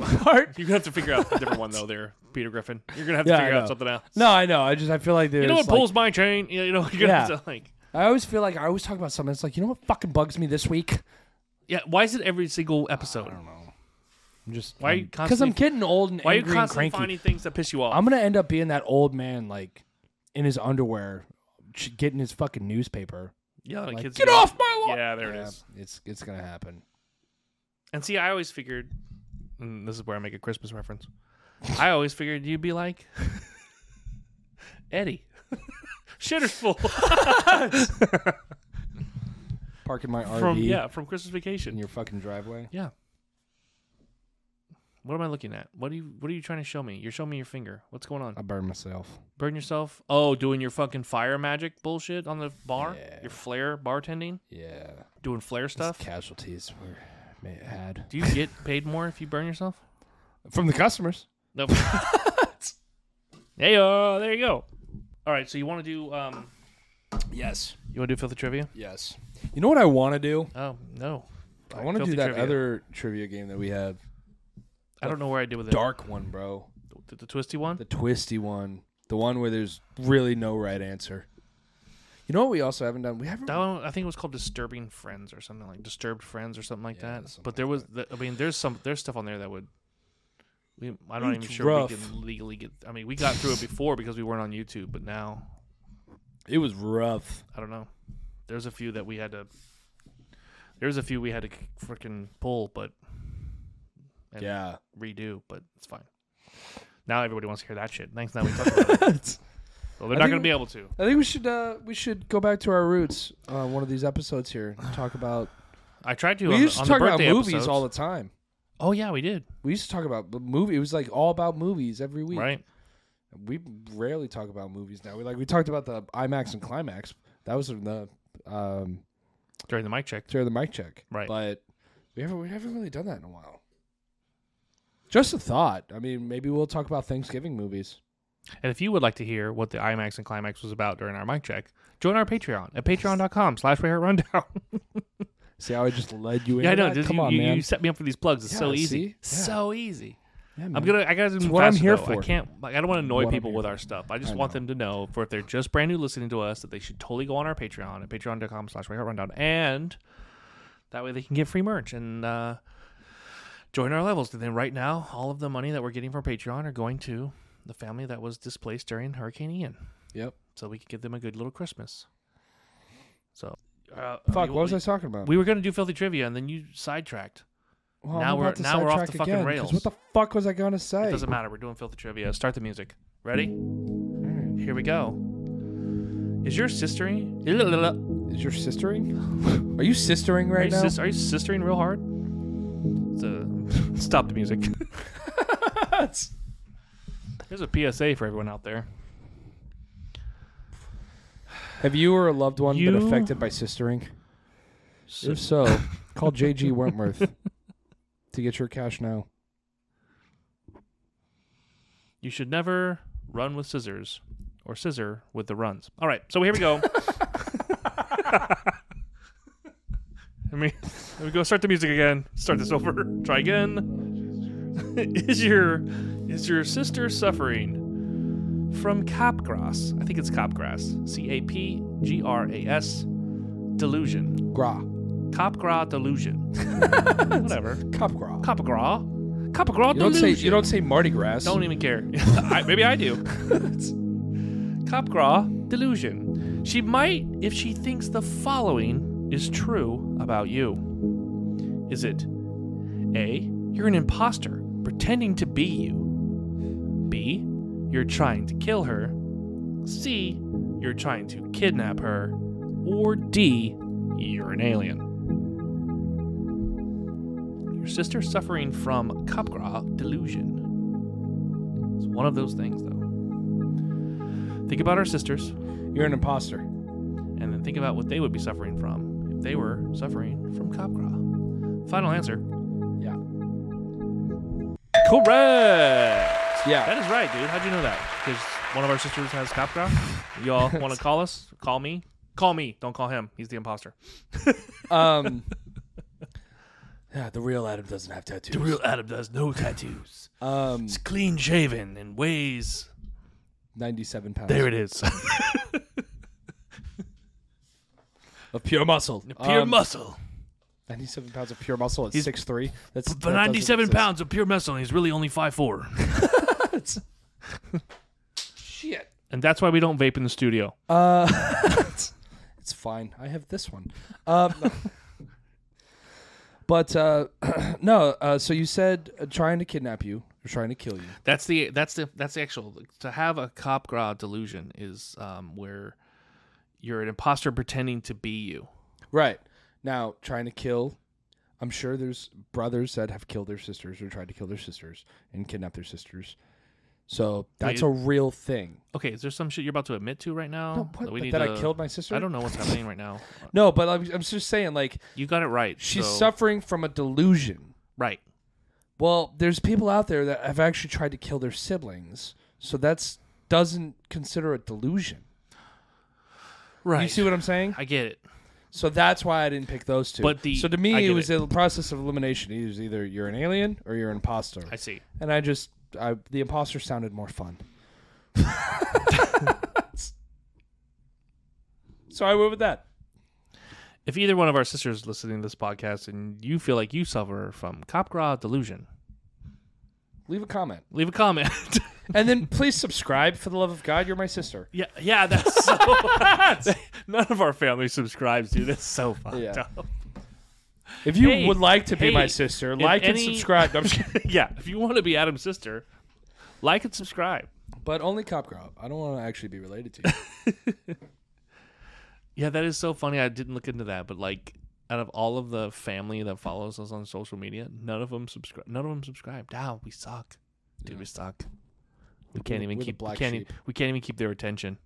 A: [LAUGHS]
B: part.
A: You're gonna have to figure out a different one though. There, Peter Griffin. You're gonna have to
B: Yeah, I
A: figure
B: know.
A: out something else.
B: No, I know. I just I feel like there's.
A: you know what
B: like-
A: pulls my chain? You know, [LAUGHS] you're gonna
B: Yeah.
A: have to like.
B: I always feel like I always talk about something. It's like you know what fucking bugs me this week.
A: Yeah, why is it every single episode?
B: know. I'm just
A: Why are you
B: because I'm
A: constantly-
B: getting old and
A: Why are you
B: angry and
A: constantly
B: cranky.
A: finding things that piss you off?
B: I'm gonna end up being that old man like in his underwear, ch- getting his fucking newspaper.
A: yelling at
B: Like,
A: kids.
B: get
A: to go-
B: off my lawn.
A: Yeah, there it is.
B: It's it's gonna happen.
A: And see, I always figured, and this is where I make a Christmas reference. I always figured you'd be like [LAUGHS] Eddie, [LAUGHS] shitter's full
B: Parking my RV
A: from yeah from Christmas
B: in
A: Vacation.
B: your fucking driveway.
A: Yeah. What am I looking at? What are you What are you trying to show me? You're showing me your finger. What's going on?
B: I burned myself.
A: Burn yourself? Oh, doing your fucking fire magic bullshit on the bar?
B: Yeah.
A: Your flair bartending?
B: Yeah. These
A: Doing flair stuff?
B: Casualties were may- had
A: Do you get paid more if you burn yourself?
B: from the customers.
A: Nope. hey, uh, there you go. All right, so you want to do um,
B: Yes.
A: you want to do filthy trivia?
B: Yes. You know what I want to do?
A: Oh no,
B: I want to do
A: filthy
B: that
A: trivia.
B: other trivia game that we have.
A: I don't know where I did with it.
B: Dark one, bro.
A: The, the twisty one.
B: The twisty one. The one where there's really no right answer. You know what we also haven't done? We haven't.
A: that one, I think it was called "Disturbing Friends" or something like "Disturbed Friends" or something like
B: Yeah,
A: that.
B: something
A: But there was, the, I mean, there's some, there's stuff on there that would. We, I'm not
B: It's
A: even sure
B: rough.
A: we can legally get. I mean, we got through it before because we weren't on YouTube, but now
B: It was rough.
A: I don't know. There's a few that we had to. There's a few we had to freaking pull, but and
B: Yeah.
A: redo, but it's fine. Now everybody wants to hear that shit. Thanks. Now we talk about
B: [LAUGHS]
A: it. Well, they're
B: I
A: not going
B: think
A: to
B: we-
A: be able to.
B: I think we should uh, we should go back to our roots. Uh, one of these episodes here,
A: [SIGHS]
B: and talk about.
A: I tried to.
B: We
A: on,
B: used
A: the,
B: to
A: on
B: talk
A: the
B: about
A: birthday
B: movies
A: episodes.
B: all the time.
A: Oh yeah, we did.
B: We used to talk about b- movie. It was like all about movies every week.
A: Right.
B: We rarely talk about movies now. We like we talked about the IMAX and climax. That was in the um
A: During the mic check.
B: during the mic check.
A: Right.
B: But we haven't we haven't really done that in a while. Just a thought. I mean, maybe we'll talk about Thanksgiving movies.
A: And if you would like to hear what the IMAX and climax was about during our mic check, join our Patreon at patreon.com slash Rayhart Rundown.
B: See how I just led you
A: [LAUGHS]
B: in?
A: yeah, I know.
B: That?
A: Just,
B: Come
A: you,
B: on,
A: you,
B: man.
A: you set me up for these plugs. It's
B: Yeah,
A: so easy.
B: see? Yeah.
A: So easy.
B: Yeah,
A: I'm
B: man.
A: gonna. I gotta do
B: what I'm
A: faster,
B: here
A: though.
B: for.
A: I can't. Like, I don't want to annoy
B: what I'm
A: people
B: here
A: with
B: for.
A: our stuff. I just
B: I
A: want
B: know.
A: them to know, for if they're just brand new listening to us, that they should totally go on our Patreon at patreon.com/slash Rayhart Rundown, and that way they can get free merch and uh, join our levels. And then right now, all of the money that we're getting from Patreon are going to the family that was displaced during Hurricane Ian,
B: Yep.
A: so we could give them a good little Christmas. So, uh,
B: Fuck.
A: we-
B: what was
A: we,
B: I talking about?
A: We were gonna do filthy trivia, and then you sidetracked.
B: Well,
A: now
B: I'm
A: we're-
B: about to
A: now we're off
B: sidetrack
A: the fucking
B: again, 'cause
A: rails.
B: What the fuck was I gonna say?
A: It doesn't matter. We're doing filthy trivia. Start the music. Ready?
B: All right.
A: [LAUGHS] Here we go. Is your sister? Is
B: Is your sistering? [LAUGHS] Are you sistering
A: Are
B: right
A: you,
B: now?
A: sis- are you sistering real hard? It's a- [LAUGHS] stop the music. Here's a PSA for everyone out there.
B: Have you or a loved one
A: You-
B: been affected by sistering?
A: Si-
B: If [LAUGHS] so, call JG Wentworth to get your cash now.
A: You should never run with scissors or scissor with the runs. All right, so here we go. let me let me go start the music again. Start this over. Try again. [LAUGHS] is your is your sister suffering from capgras? I think it's capgras. C A P G R A S delusion.
B: Gra.
A: Capgras delusion. Whatever.
B: Cop gra.
A: Capgras. Capgras
B: You don't say
A: delusion.
B: you don't say Mardi Gras.
A: Don't even care. I, maybe I do. Copgraw delusion. She might if she thinks the following is true about you. Is it A, you're an imposter pretending to be you? B, you're trying to kill her? C, you're trying to kidnap her? Or D, you're an alien? Your sister suffering from Copgraw delusion. It's one of those things, though. Think about our sisters,
B: You're an imposter.
A: and then think about what they would be suffering from if they were suffering from Copcraw. Final answer.
B: Yeah.
A: Correct.
B: Yeah.
A: That is right, dude. How'd you know that? Because one of our sisters has Copcraw. [LAUGHS] Y'all want to call us? Call me. Call me. Don't call him. He's the imposter. [LAUGHS]
B: Um. yeah, the real Adam doesn't have tattoos.
A: Adam does no tattoos.
B: um,
A: He's clean shaven and weighs.
B: ninety-seven pounds
A: There it is. [LAUGHS]
B: of pure muscle.
A: Pure
B: Um,
A: muscle.
B: Ninety-seven pounds of pure muscle at six three. That's that
A: But
B: doesn't
A: 97
B: exist.
A: pounds of pure muscle, and he's really only 5'4.
B: Shit.
A: and that's why we don't vape in the studio.
B: Uh, [LAUGHS] it's, it's fine. I have this one. Um, [LAUGHS] but uh, [CLEARS THROAT] no. Uh, so you said uh, trying to kidnap you or trying to kill you.
A: That's the that's the that's the actual to have a cop gra delusion is um, where you're an imposter pretending to be you.
B: Right. Now, trying to kill. I'm sure there's brothers that have killed their sisters or tried to kill their sisters and kidnap their sisters. So that's
A: you-
B: a real thing.
A: Okay, is there some shit you're about to admit to right now?
B: No, what, that I killed my sister?
A: I don't know what's happening right now.
B: No, but I'm, I'm just saying, like,
A: You got it right.
B: she's
A: so-
B: suffering from a delusion.
A: Right.
B: Well, there's people out there that have actually tried to kill their siblings. So that's doesn't consider a delusion.
A: Right.
B: You see what I'm saying?
A: I get it.
B: So that's why I didn't pick those two.
A: But the-
B: so to
A: I
B: me, it
A: get
B: was a process of elimination. It was either you're an alien or you're an imposter.
A: I see.
B: and I just I, the imposter sounded more fun. [LAUGHS] so I went with that.
A: If either one of our sisters is listening to this podcast and you feel like you suffer from cop gra delusion,
B: Leave a comment,
A: leave a comment. [LAUGHS]
B: and then please subscribe for the love of God. You're my sister.
A: yeah, yeah, that's [LAUGHS] so None of our family subscribes, dude. That's so [LAUGHS] fucked
B: Yeah.
A: up.
B: If you
A: Hey,
B: would like to be
A: hey,
B: my sister,
A: if
B: like and
A: any-
B: subscribe. No, I'm just kidding.
A: yeah, if you want to be Adam's sister, like and subscribe.
B: but only cop crop. I don't want to actually be related to you. [LAUGHS]
A: Yeah, that is so funny. I didn't look into that, but like out of all of the family that follows us on social media, none of them subscribe. None of them subscribe. Down, we suck. Dude, we suck. We can't even
B: we're the
A: keep. We
B: black
A: can't,
B: sheep.
A: e- we can't even keep their attention.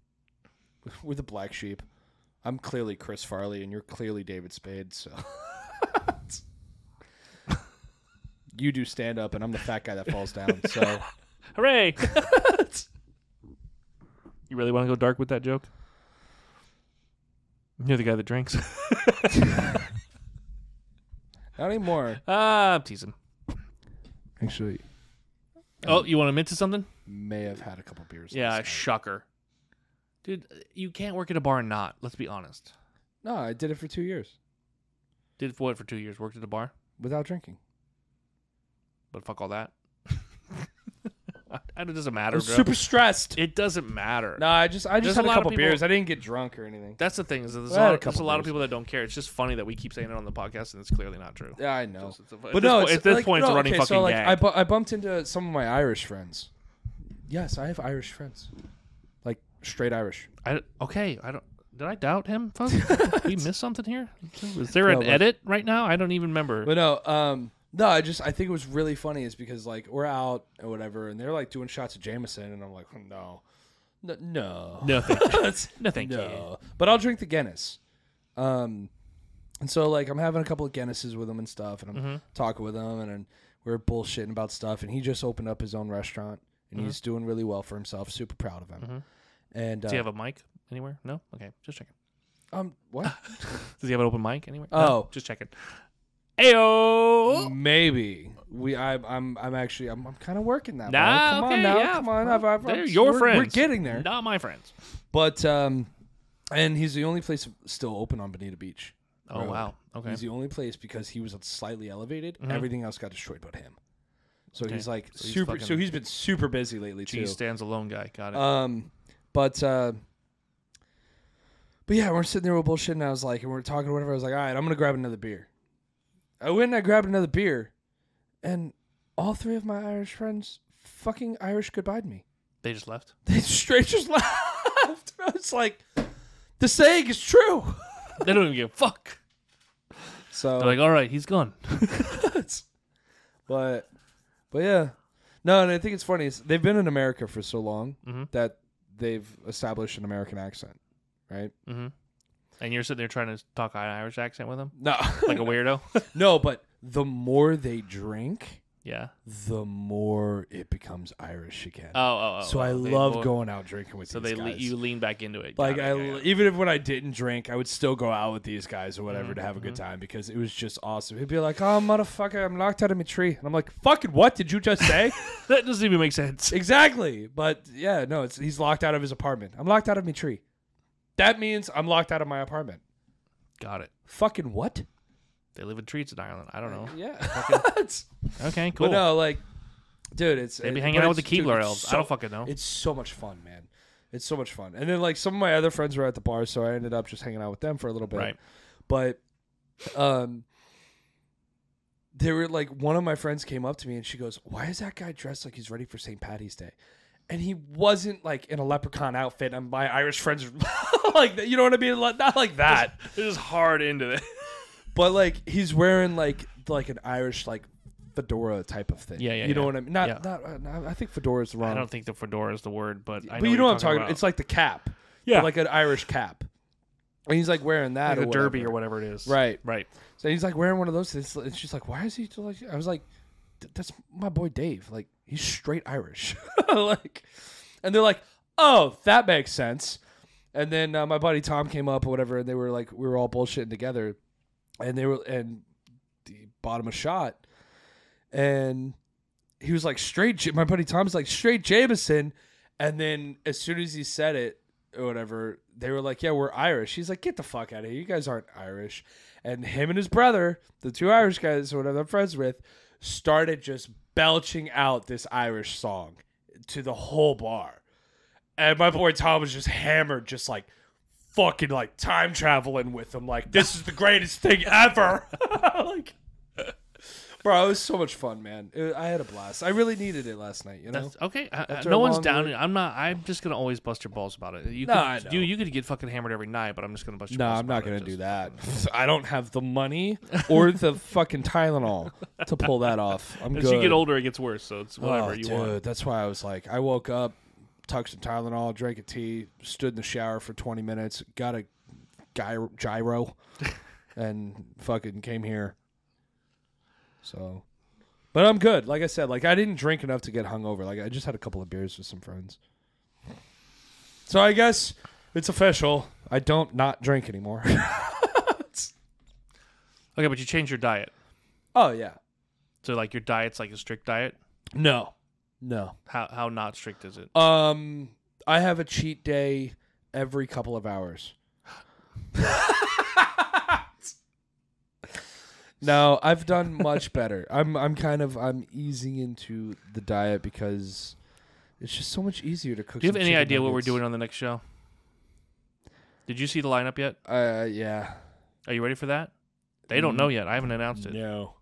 B: We're the black sheep. I'm clearly Chris Farley, and you're clearly David Spade. [LAUGHS] So. You do stand up, and I'm the fat guy that falls down. [LAUGHS] So
A: Hooray! [LAUGHS] you really want to go dark with that joke? You're the guy that drinks. [LAUGHS]
B: not anymore.
A: Ah, I'm teasing.
B: Actually,
A: Oh, you want to admit to something?
B: may have had a couple beers. last
A: Yeah,
B: night.
A: shocker. Dude, you can't work at a bar and not. Let's be honest.
B: No, I did it for two years
A: Did for what for two years? Worked at a bar,
B: without drinking.
A: but fuck all that. [LAUGHS] and it doesn't matter,
B: I
A: bro.
B: was super stressed.
A: it doesn't matter.
B: No, I just I
A: There's
B: just had
A: a
B: a,
A: lot of
B: couple
A: people-
B: beers. I didn't get drunk or anything.
A: That's the thing. Is that there's,
B: I
A: a
B: had a
A: lot, there's a
B: couple
A: lot of
B: beers.
A: people that don't care. It's just funny that we keep saying it on the podcast and it's clearly not true.
B: Yeah, I know.
A: It's a- at this point-
B: it's
A: at this
B: like-
A: point, it's a
B: no,
A: running
B: okay, so,
A: fucking
B: like,
A: gag.
B: I, bu- I bumped into some of my Irish friends. Yes, I have Irish friends, like straight Irish.
A: I, okay, I don't. did I doubt him, [LAUGHS] folks? Did we missed something here? Is there an
B: No, but-
A: edit right now? I don't even remember.
B: But no, um, no, I just I think it was really funny is because like we're out and whatever, and they're like doing shots of Jameson, and I'm like, "Hmm, no, no, no,
A: no, thank [LAUGHS] you.
B: That's-
A: No, thank
B: no. But I'll drink the Guinness. Um, and so like I'm having a couple of Guinnesses with him and stuff, and I'm
A: Mm-hmm.
B: talking with him, and, and we're bullshitting about stuff. And he just opened up his own restaurant, and
A: Mm-hmm.
B: he's doing really well for himself. Super proud of him. And uh,
A: Does he Mm-hmm. have a mic anywhere? No. Okay, just checking. [LAUGHS]
B: um, what?
A: Does he have an open mic anywhere?
B: Oh. Mm,
A: no, just checking. Ayo.
B: Maybe we. I, I'm. I'm actually. I'm. I'm kind of working that.
A: Nah,
B: Mo. oh, come
A: okay,
B: on now.
A: yeah.
B: Come on. I've, I've,
A: They're
B: I'm-
A: your
B: we're,
A: friends.
B: We're getting there.
A: Not my friends.
B: But um, and he's the only place still open on Bonita Beach.
A: Oh
B: Road.
A: wow. Okay. Mm-hmm.
B: He's the only place because he was slightly elevated. Everything else got destroyed but him. So
A: Okay.
B: he's like
A: So he's
B: super.
A: fucking-
B: so he's been super busy lately
A: G
B: too.
A: stands alone guy. Got it.
B: Um, but uh, but yeah, we're sitting there with bullshit, and I was like, and we are talking, or whatever. I was like, all right, I'm gonna grab another beer. I went and I grabbed another beer, and all three of my Irish friends fucking Irish goodbye me. [LAUGHS]
A: they just left. [LAUGHS]
B: They straight just [LAUGHS] laughed. I was like, the saying is true.
A: they don't even give a fuck.
B: So
A: They're like, all right, he's gone.
B: but but yeah no and i think it's funny is they've been in america for so long
A: Mhm.
B: that they've established an american accent right
A: hmm And you're sitting there trying to talk an Irish accent with him,
B: no [LAUGHS]
A: like a weirdo.
B: no but the more they drink
A: yeah.
B: the more it becomes irish again
A: Oh, oh, oh.
B: so i
A: oh, they
B: love
A: more-
B: going out drinking with
A: So
B: these
A: they le-
B: guys
A: you lean back into it.
B: like
A: Got
B: I,
A: it, got it.
B: even if when I didn't drink, I would still go out with these guys or whatever
A: Mm-hmm,
B: to have a good time because it was just awesome. He'd be like, "Oh motherfucker, I'm locked out of my tree," and I'm like, "Fucking what did you just
A: [LAUGHS]
B: say?"
A: that doesn't even make
B: [LAUGHS]
A: sense.
B: Exactly. But yeah, no, it's he's locked out of his apartment. I'm locked out of my tree. That means I'm locked out of my apartment.
A: Got it.
B: Fucking what?
A: They live in trees in Ireland. I don't know.
B: Yeah. [LAUGHS] It's-
A: Okay, cool.
B: But no, like dude, it's
A: They'd be
B: it-
A: hanging
B: but
A: out with the
B: it's- dude,
A: Keebler
B: it's
A: elves. I
B: so-
A: don't fucking know.
B: It's so much fun, man. It's so much fun. And then like some of my other friends were at the bar, so I ended up just hanging out with them for a little bit. [LAUGHS]
A: Right.
B: But um they were like one of my friends came up to me and she goes, Why is that guy dressed like he's ready for St. Patty's Day? And he wasn't like in a leprechaun outfit and my Irish friends were [LAUGHS] like that. You know what I mean? Like, Not like that.
A: They're just hard into it.
B: But like he's wearing like like an Irish like fedora type of thing.
A: Yeah, yeah,
B: You know
A: yeah.
B: what I mean? Not
A: Yeah.
B: not uh, no, I think fedora is the
A: [LAUGHS]
B: wrong.
A: I don't think the fedora is the word, but I know
B: but you know what I'm
A: you're
B: talking about.
A: about.
B: It's like the cap.
A: Yeah.
B: Like an Irish cap. And he's like wearing that
A: like
B: or
A: a derby
B: whatever.
A: or whatever it is.
B: Right.
A: Right.
B: So he's like wearing one of those. It's, and she's like, "Why is he?" still Like, I was like, "Th- "That's my boy Dave. Like, he's straight Irish." [LAUGHS] like, and they're like, "Oh, that makes sense." And then uh, my buddy Tom came up or whatever, and they were like, we were all bullshitting together, and they were and he bought him a shot, and he was like, "Straight." J-. My buddy Tom's like, "Straight Jameson," and then as soon as he said it. Or whatever, they were like, Yeah, we're Irish. He's like, Get the fuck out of here. You guys aren't Irish and him and his brother, the two Irish guys or whatever I'm friends with, started just belching out this Irish song to the whole bar. And my boy Tom was just hammered, just like fucking like time traveling with them. Like, this is the greatest thing ever. [LAUGHS] like, bro, it was so much fun, man. It- I had a blast. I really needed it last night, you know?
A: That's, okay. I- I-
B: After a
A: no one's
B: long
A: down.
B: week.
A: I'm not. I'm just gonna always bust your balls about it. You
B: No,
A: could,
B: I know.
A: You, you could get fucking hammered every night, but I'm just gonna bust your
B: No,
A: balls.
B: I'm not
A: about it.
B: going to
A: Just-
B: do that. [LAUGHS] I don't have the money or
A: [LAUGHS]
B: the fucking Tylenol to pull that off. I'm
A: As
B: good.
A: you get older, it gets worse. So it's whatever
B: Oh,
A: you
B: dude,
A: want.
B: That's why I was like, I woke up, tucked some Tylenol, drank a tea, stood in the shower for 20 minutes, got a gyro,
A: [LAUGHS]
B: gyro and fucking came here. So, but I'm good. Like I said, like I didn't drink enough to get hungover. Like I just had a couple of beers with some friends. So I guess it's official. I don't not drink anymore. [LAUGHS]
A: Okay, but you change your diet.
B: oh yeah.
A: So like your diet's like a strict diet.
B: No. No.
A: How how not strict is it?
B: Um, I have a cheat day every couple of [LAUGHS] hours. no, I've done much better. I'm I'm kind of I'm easing into the diet because it's just so much easier to cook.
A: Do you have
B: some
A: any
B: chicken
A: idea what we're
B: nuggets.
A: doing on the next show? Did you see the lineup yet?
B: Uh, yeah.
A: Are you ready for that? They
B: Mm-hmm.
A: don't know yet. I haven't announced it.
B: No,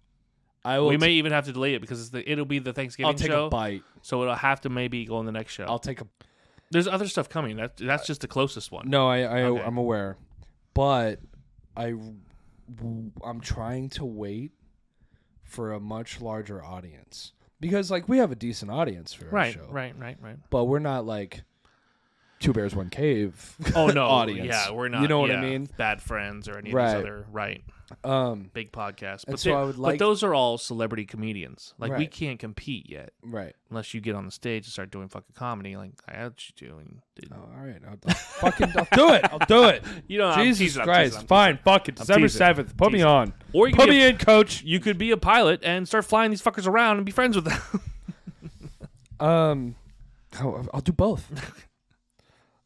B: I will.
A: we may even have to delay it because it's the, it'll be the Thanksgiving
B: I'll take
A: show,
B: a bite.
A: so it'll have to maybe go on the next show.
B: I'll take a.
A: There's other stuff coming. That that's just the closest one.
B: No, I, I
A: Okay.
B: I'm aware, but I I'm trying to wait for a much larger audience because like we have a decent audience for our
A: right,
B: show,
A: right, right, right.
B: but we're not like two bears one cave.
A: [LAUGHS] Oh no,
B: [LAUGHS] audience.
A: Yeah, we're not.
B: You know what I
A: yeah,
B: mean?
A: Bad friends or any
B: Right.
A: of these other right
B: Um,
A: big podcasts. But,
B: so
A: they-
B: I would
A: but
B: like-
A: those are all celebrity comedians. Like we
B: Right.
A: can't compete yet
B: right.
A: unless you get on the stage and start doing fucking comedy. Like I had you doing. Dude.
B: Oh, all right, I'll, I'll fucking I'll do it. I'll do
A: [LAUGHS]
B: it.
A: You know, I'm
B: Jesus
A: teasing, I'm teasing,
B: Christ!
A: I'm
B: Fine, fuck it. December
A: teasing.
B: seventh, put me
A: Teasing.
B: on.
A: Or you can
B: put
A: be
B: me
A: a-
B: in, coach.
A: You could be a pilot and start flying these fuckers around and be friends with them. [LAUGHS]
B: Um, oh, I'll do both.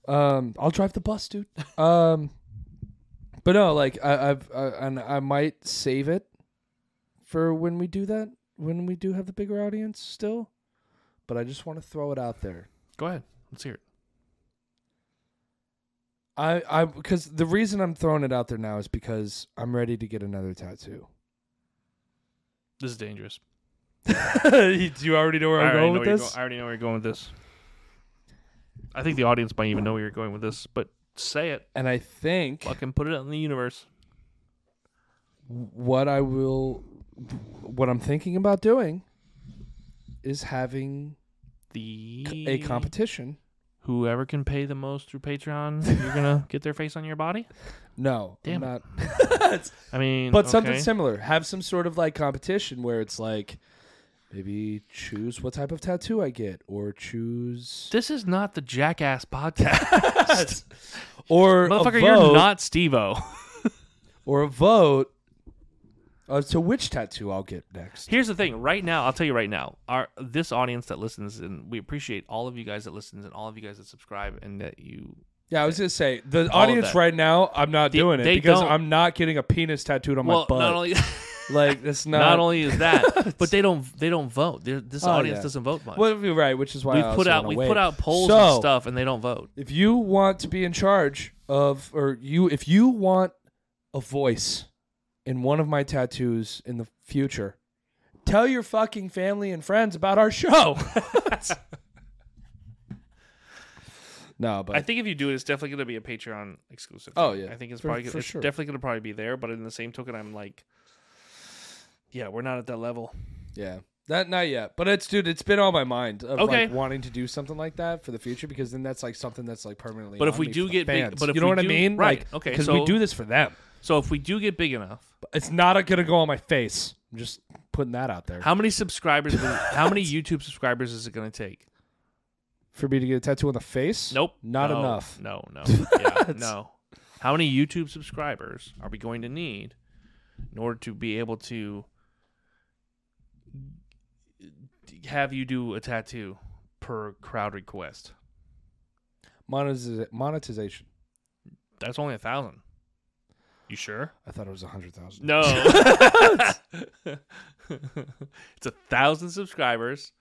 B: um, I'll drive the bus, dude. Um, but no, like I, I've I, and I might save it for when we do that. When we do have the bigger audience, still. But I just want to throw it out there.
A: Go ahead. Let's hear it.
B: I I because the reason I'm throwing it out there now is because I'm ready to get another tattoo.
A: This is dangerous.
B: [LAUGHS] do you already know where
A: I already, know where you're go- I already know where you're going with this. I think the audience might even know where you're going with this, but say it.
B: and I think
A: Fucking put it out in the universe.
B: what I will, what I'm thinking about doing, is having
A: The
B: c- a competition.
A: Whoever can pay the most through
B: [LAUGHS]
A: Patreon, you're gonna get their face on your body.
B: No, I'm
A: Damn it.
B: not.
A: I mean,
B: But something
A: okay.
B: similar. Have some sort of like competition where it's like, maybe choose what type of tattoo I get, or choose,
A: This is not the
B: [LAUGHS]
A: jackass podcast,
B: or a
A: motherfucker.
B: vote,
A: You're not Stevo.
B: or a vote as to which tattoo I'll get
A: [LAUGHS]
B: next.
A: Here's the thing. Right now, I'll tell you right now. Our this audience that listens, and we appreciate all of you guys that listens, and all of you guys that subscribe, and that you
B: Yeah, I was gonna say the audience
A: that.
B: right now. I'm not
A: They-
B: doing it
A: they
B: because
A: don't-
B: I'm not getting a penis tattooed on my
A: well,
B: butt.
A: not only. [LAUGHS]
B: like that's not.
A: not only is [LAUGHS] that, but they don't they don't vote. They're, this
B: Oh,
A: audience
B: yeah.
A: doesn't vote much.
B: Well, you're right, which is why
A: we've
B: I
A: put
B: also
A: out
B: wanna
A: we've
B: wait.
A: put out polls
B: So,
A: and stuff, and they don't vote.
B: If you want to be in charge of, or you, if you want a voice in one of my tattoos in the future, tell your fucking family and friends about
A: [LAUGHS]
B: our show. no, but
A: I think if you do it, it's definitely going to be a Patreon exclusive.
B: Oh,
A: thing.
B: yeah.
A: I think it's
B: For-
A: probably
B: for
A: it's
B: sure.
A: definitely going to probably be there. But in the same token, I'm like, yeah, we're not at that level.
B: yeah. That not yet, but it's dude. It's been on my mind of
A: Okay.
B: like wanting to do something like that for the future because then that's like something that's like permanently.
A: But if
B: on
A: we
B: me
A: do
B: for the
A: get big-
B: fans.
A: but if
B: you know
A: we
B: what I
A: do-
B: mean,
A: right,
B: Like,
A: okay,
B: because
A: so-
B: we do this for them.
A: So if we do get big enough,
B: It's not gonna go on my face. I'm just putting that out there.
A: how many
B: [LAUGHS]
A: subscribers? will- how many YouTube subscribers is it going to take?
B: For me to get a tattoo on the face?
A: Nope,
B: Not
A: No.
B: enough.
A: No,
B: [LAUGHS]
A: no, yeah, no. How many YouTube subscribers are we going to need in order to be able to have you do a tattoo per crowd request?
B: Monetiz- monetization.
A: That's only a thousand. You sure?
B: I thought it was a hundred thousand. [LAUGHS]
A: No. it's a thousand subscribers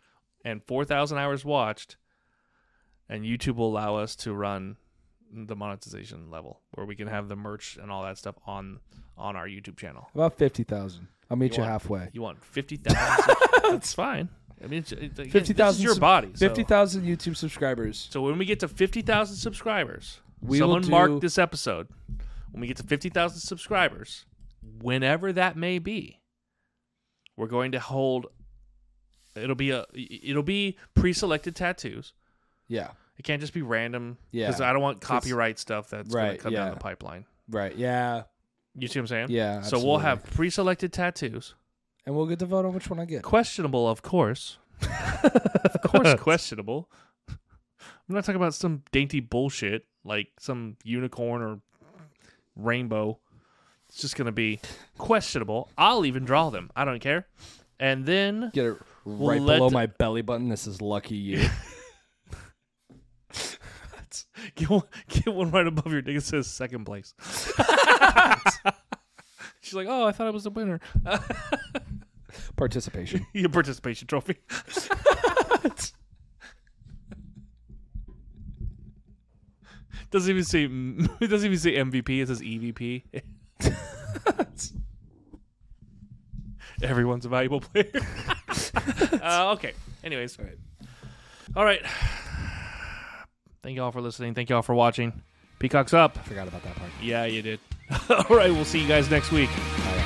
A: and four thousand hours watched, and YouTube will allow us to run the monetization level where we can have the merch and all that stuff on on our YouTube channel.
B: About fifty thousand. I'll meet you,
A: want-
B: halfway.
A: You want fifty thousand?
B: [LAUGHS]
A: That's fine. I mean, it's, it's, again,
B: Fifty
A: this
B: thousand.
A: is your body. So.
B: Fifty thousand YouTube subscribers.
A: So when we get to 50,000 subscribers,
B: We will
A: someone mark
B: do-
A: this episode. When we get to 50,000 subscribers, whenever that may be, we're going to hold it'll be a it'll be pre-selected tattoos.
B: Yeah.
A: It can't just be random
B: Yeah.
A: cuz I don't want copyright stuff that's going
B: Right,
A: to come down
B: yeah.
A: the pipeline.
B: Right. Yeah.
A: You see what I'm saying?
B: Yeah.
A: So we'll
B: absolutely.
A: have pre-selected tattoos.
B: and we'll get to vote on which one I get.
A: Questionable, of course. of course questionable. I'm not talking about some dainty bullshit like some unicorn or rainbow. It's just going to be questionable. I'll even draw them. I don't care. And then
B: Get it right
A: let-
B: below my belly button. This is
A: [LAUGHS]
B: lucky you.
A: [LAUGHS] get one, get one right above your dick that says second place. [LAUGHS] She's like, "Oh, I thought I was the winner."
B: Participation.
A: Your participation trophy. [LAUGHS] doesn't even say [LAUGHS] it doesn't even say MVP. It says E EVP. [LAUGHS] Everyone's a valuable player. [LAUGHS] uh, okay. Anyways, all right. Thank y'all for listening. Thank y'all for watching. Peacock's up. [LAUGHS]
B: Forgot about that part.
A: Yeah, you did. All right, we'll see you guys next week.
B: Bye.